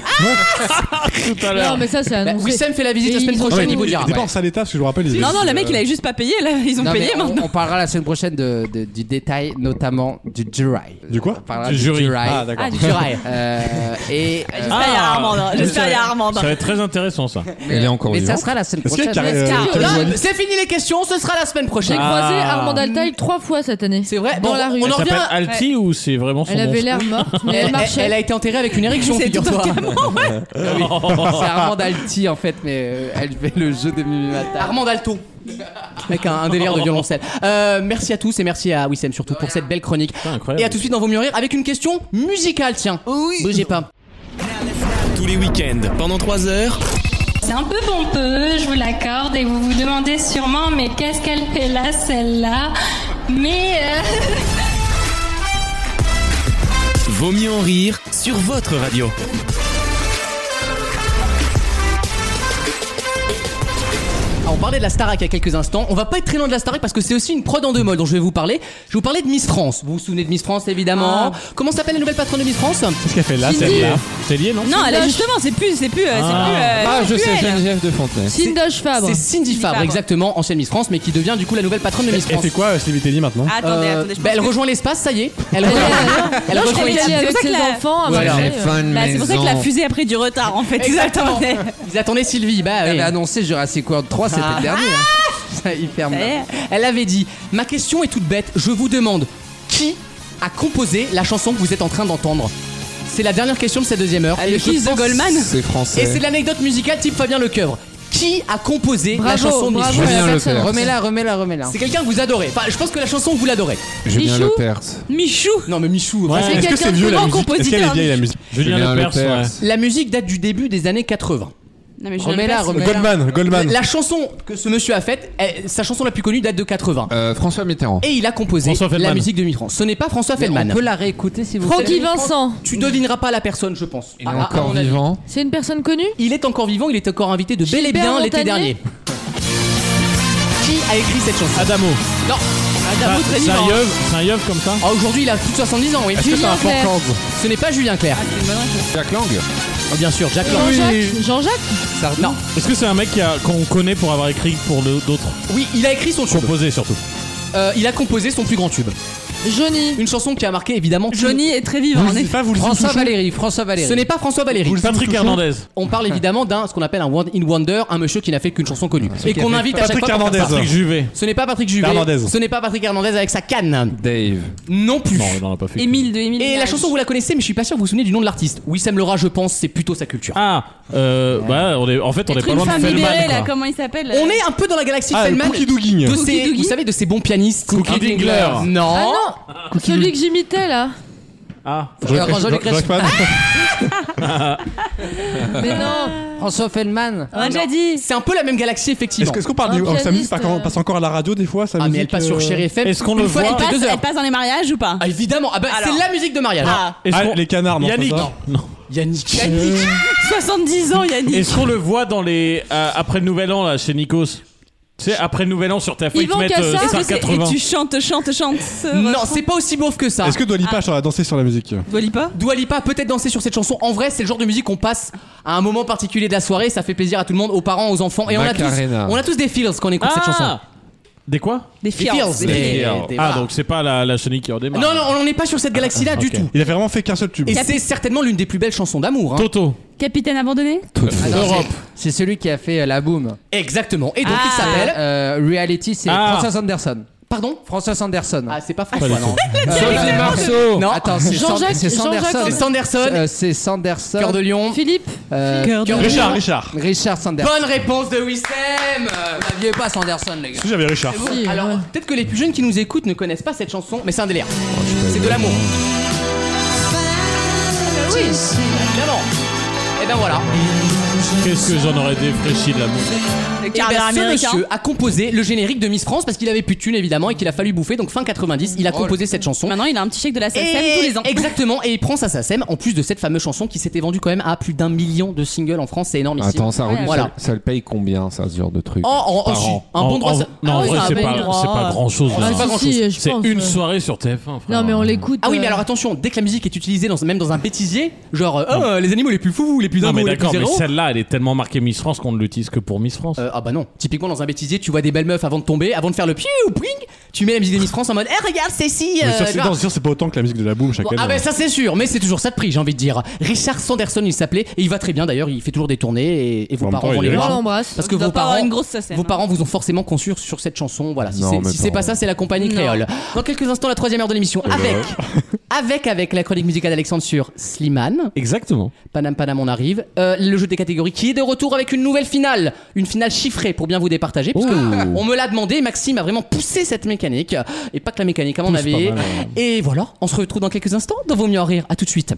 Tout à l'heure. Non, mais ça, c'est Bah, annoncé. Wissem fait la visite Et la semaine ils ont Non, mais prochaine, il vous t'es dira. pas en salle état parce que je vous rappelle. ils- Non, non, le mec, il avait juste pas payé, là, ils ont Non, payé mais maintenant. on, on parlera la semaine prochaine de, de- du détail, notamment du jury. Du quoi On parlera Du du, jury. jury. Ah, d'accord. Ah, du Juraille. Euh, et euh, J'espère Ah. qu'il y a Armand. hein. J'espère qu'il y a Armand. Ça va être très intéressant, ça. Elle est encore Oh, mais ça vivante. sera la semaine Est-ce qu'il y prochaine. a Car- Est-ce qu'il y a- euh, Là, Caruana c'est fini les questions, ce sera la semaine J'ai prochaine. croisé Armand Altaï trois fois cette année. C'est vrai. Dans Bon, la rue. Ah. on Elle en s'appelle revient. Alti ou c'est vraiment son Elle avait nom l'air morte, mais elle Elle, marchait. elle a été enterrée avec une érection, C'est tout figure-toi. Ah C'est Armand Alti en fait, mais euh, elle fait le jeu de Mimi Matar. Armand Dalto. Avec un, un délire de violoncelle. Euh, merci à tous et merci à Wissem surtout pour cette belle chronique. incroyable. Et à tout de suite dans Vos Mieux Rires avec une question musicale, tiens. Oh Bougez pas. Tous les week-ends, pendant 3 heures. C'est un peu pompeux, je vous l'accorde, et vous vous demandez sûrement, mais qu'est-ce qu'elle fait là, celle-là Mais... euh, Vaut mieux en rire sur votre radio. Alors, on parlait de la Starac il y a quelques instants. On va pas être très loin de la Starac parce que c'est aussi une prod en deux modes dont je vais vous parler. Je vais vous parler de Miss France. Vous vous souvenez de Miss France Ah. évidemment. Comment s'appelle la nouvelle patronne de Miss France Qu'est-ce qu'elle fait là Cindy. celle là C'est lié, non Non, elle a- justement, c'est plus. C'est plus. euh, c'est plus, euh, Ah, c'est je plus sais, elle. Geneviève de Fontenay. Sindoche Fabre. C'est Ah bah. Cindy Fabre, Fabre. exactement, ancienne Miss France, mais qui devient du coup la nouvelle patronne de Miss Elle France. fait quoi, euh, Sylvie Tellier, maintenant Attendez, Euh, attendez. je bah, pense elle que- rejoint l'espace, ça y est. Elle rejoint, elle Là, je rejoint crois les- qu'elle est c'est avec pour ça ses que la- enfants. à Voilà. marcher, euh. Bah, c'est pour ça que la fusée a pris du retard en fait. Ils Exactement. attendaient. Ils attendaient Sylvie. Bah, Elle oui. avait annoncé Jurassic World 3, c'était Ah. Eh, le dernier. hein. Ça, il ferme. Ça y est. Elle avait dit Ma question est toute bête, je vous demande qui a composé la chanson que vous êtes en train d'entendre C'est la dernière question de cette deuxième heure. Et Le je kiss de pense- Goldman. C'est Et c'est français. de l'anecdote musicale type Fabien Lecoeuvre. Qui a composé la Bravo, chanson de Miss bravo à France Julien la personne. Leclerc. Remets-la, remets-la, remets-la. C'est quelqu'un que vous adorez. Enfin, je pense que la chanson, vous l'adorez. Julien Michou Lepers. Michou. Non, mais Michou. Ouais. enfin, C'est Est-ce que quelqu'un c'est de vieux la grand musique Est-ce qu'elle est compositeur. vieille la musique Julien Lepers, ouais. La musique date du début des années 80. Non, mais je Remets-la, viens de le remets-la. Goldman, Goldman. La chanson que ce monsieur a faite, elle- sa chanson la plus connue date de 80. Euh, François Mitterrand. Et il a composé François Feldman. la musique de Mitran. Ce n'est pas François Mais Feldman. On peut la réécouter si vous Francky voulez. Vincent. Tu devineras pas la personne, je pense. Il est Ah, ah, à encore mon avis. vivant. C'est une personne connue Il est encore vivant, il est encore invité de bel et Gilbert bien l'été Montagnier dernier. Qui a écrit cette chanson Adamo. Non, Adamo Ah, très C'est vivant. un yeuve, c'est un yeuve comme ça Ah, Aujourd'hui, il a plus de 70 ans, oui. Julien Ah, Clerc. Ce n'est pas Julien Clerc. Jack Lang. Oh, bien sûr, Jacques Lang. Jean-Jacques. Jean-Jacques. Non, Est-ce que c'est un mec qui a- qu'on connaît pour avoir écrit pour le- d'autres oui, il a écrit son tube. Composé surtout. Euh, il a composé son plus grand tube. Johnny. Une chanson qui a marqué évidemment. tout- Johnny est très vivant. en effet. pas vous le François Valéry, François Ce Valéry. n'est pas François Valéry. Patrick Hernandez. On parle évidemment d'un ce qu'on appelle un one in wonder, un monsieur qui n'a fait qu'une chanson connue et qu'on invite à chaque Patrick fois. pour Hernandez. faire ça. Patrick Juvet. Ce n'est pas Patrick Juvet. Hernandez. Ce n'est pas Patrick Hernandez avec sa canne. Dave. Non plus. Non, il en a pas fait. Émile de Émile. Et la Ménage. chanson vous la connaissez, mais je suis pas sûr que vous vous souvenez du nom de l'artiste. Wissam Lerat, je pense, c'est plutôt sa culture. Ah, euh, bah, on est, en fait, on est Être pas une loin de femme Feldman. libérée quoi. là, comment il s'appelle euh, On est un peu dans la galaxie Ah, le Feldman. Cookie Douging. De Cookie ces, Douging. vous savez, de ces bons pianistes. Cookie Dingler. Non. Ah non Celui que j'imitais là. Ah, Euh, Jean-Luc Reichmann. Mais non, François Feldman. On l'a déjà dit. C'est un peu la même galaxie, effectivement. Est-ce que- est-ce qu'on parle du. oh, sa musique par contre, passe encore à la radio des fois sa Ah, mais elle musique, passe sur euh, Chéri FM. Une fois toutes les passe, deux heures. elle passe dans les mariages ou pas Ah, évidemment. Ah, bah, c'est Alors. la musique de mariage. Ah. Est-ce Ah, qu'on- les canards, non, Yannick. c'est pas ça Non. Yannick. 70 ans, Yannick. Est-ce qu'on le voit dans les euh, après le nouvel an là chez Nikos Tu sais après le nouvel an sur ta feuille ils te Yvan mettent euh, Cassar, est-ce que c'est- 580. Et tu chantes, chantes, chantes. ce Non, refrain. c'est pas aussi beauf que ça. Est-ce que Dolipa j'aurais dansé sur la musique Dwalipa Dwalipa peut-être danser sur cette chanson. En vrai, c'est le genre de musique qu'on passe à un moment particulier de la soirée. Ça fait plaisir à tout le monde, aux parents, aux enfants. Et on a, tous, Macarena. on a tous des feels quand on écoute cette Ah chanson. Des quoi Des feels. feels. Des- Et- des- Ah voilà. donc c'est pas la la chenille qui Bah. redémarre. Non, non, on n'est pas sur cette galaxie-là du ok. tout. Il a vraiment fait qu'un seul tube. Et c'est certainement l'une des plus belles chansons d'amour. hein. Toto. Capitaine abandonné Ah, non, Europe. C'est celui qui a fait euh, la boom. c'est- Exactement. Et donc il Ah. s'appelle. Euh, reality, c'est Ah. François Anderson. Pardon François Anderson. Ah, c'est pas François, non. Sophie Marceau. Non, Attends, c'est Sand- Jean-Jacques- c'est Jean-Jacques- Sanderson. c'est Sanderson, Euh, C'est Sanderson. Cœur de Lion. Philippe Ah, Euh, Cœur de Cœur de Lion. Richard, Richard. Richard Sanderson. Bonne réponse de Wissem Vous n'aviez pas Sanderson, les gars. Si j'avais Richard. Si, Alors, ouais. peut-être que les plus jeunes qui nous écoutent ne connaissent pas cette chanson, mais c'est un délire. c'est de l'amour. Bah oui. Évidemment. Et ben voilà. Qu'est-ce que j'en aurais défraîchi de la musique. Le Et quart ben, d'heure ce américain. monsieur a composé le générique de Miss France parce qu'il avait plus de thunes évidemment et qu'il a fallu bouffer. Donc fin 90, il a composé cette chanson. Oh Maintenant, il a un petit chèque de la Et- SSM tous les ans. Exactement, et il prend sa SACEM en plus de cette fameuse chanson qui s'était vendue quand même à plus d'un million de singles en France, c'est énorme ici. Attends, ça, Rudy, Voilà. ça, ça le paye combien, ça, ce genre de truc Oh, en- en- Par an. un En- bon droit. en- ça- Non, Ah en oui, vrai, c'est un c'est bon pas, droit. c'est pas grand chose. Ah, si, si, je C'est pense, une ouais. soirée sur TF1, frère. Non, mais on l'écoute. Ah oui, mais euh, alors attention, dès que la musique est utilisée dans, même dans un bêtisier, genre euh, oh, les animaux les plus fous, les plus Non, dingos, mais les plus d'accord, mais zéros. celle-là, elle est tellement marquée Miss France qu'on ne l'utilise que pour Miss France. Euh, ah bah non, typiquement dans un bêtisier, tu vois des belles meufs avant de tomber, avant de faire le piou ping, tu mets la musique de Miss France en mode Eh regarde Cécile Mais euh, sûr, c'est grave. non, sûr, c'est pas autant que la musique de la boom chaque Bon, ah année. bah ça c'est sûr, mais c'est toujours ça de prix, j'ai envie de dire. Richard Sanderson il s'appelait et il va très bien d'ailleurs, il fait toujours des tournées et, et vos En même parents temps, vont il les est on riche. voir. l'embrasse. Parce que Doit vos pas avoir parents, une grosse SSM, vos hein. parents vous ont forcément conçu sur cette chanson. Voilà, si Non, c'est mais si c'est pas. pas ça, c'est la compagnie créole. Dans quelques instants, la troisième heure de Oh l'émission avec avec avec la chronique musicale d'Alexandre sur Slimane. Exactement. Panam Panam on arrive. Euh, le jeu des catégories qui est de retour avec une nouvelle finale. Une finale chiffrée pour bien vous départager. Parce que on me l'a demandé, Maxime a vraiment poussé cette mécanique. Et pas que la mécanique, à mon avis. Et voilà, on se retrouve dans quelques instants dans Vaut mieux en rire. À tout de suite.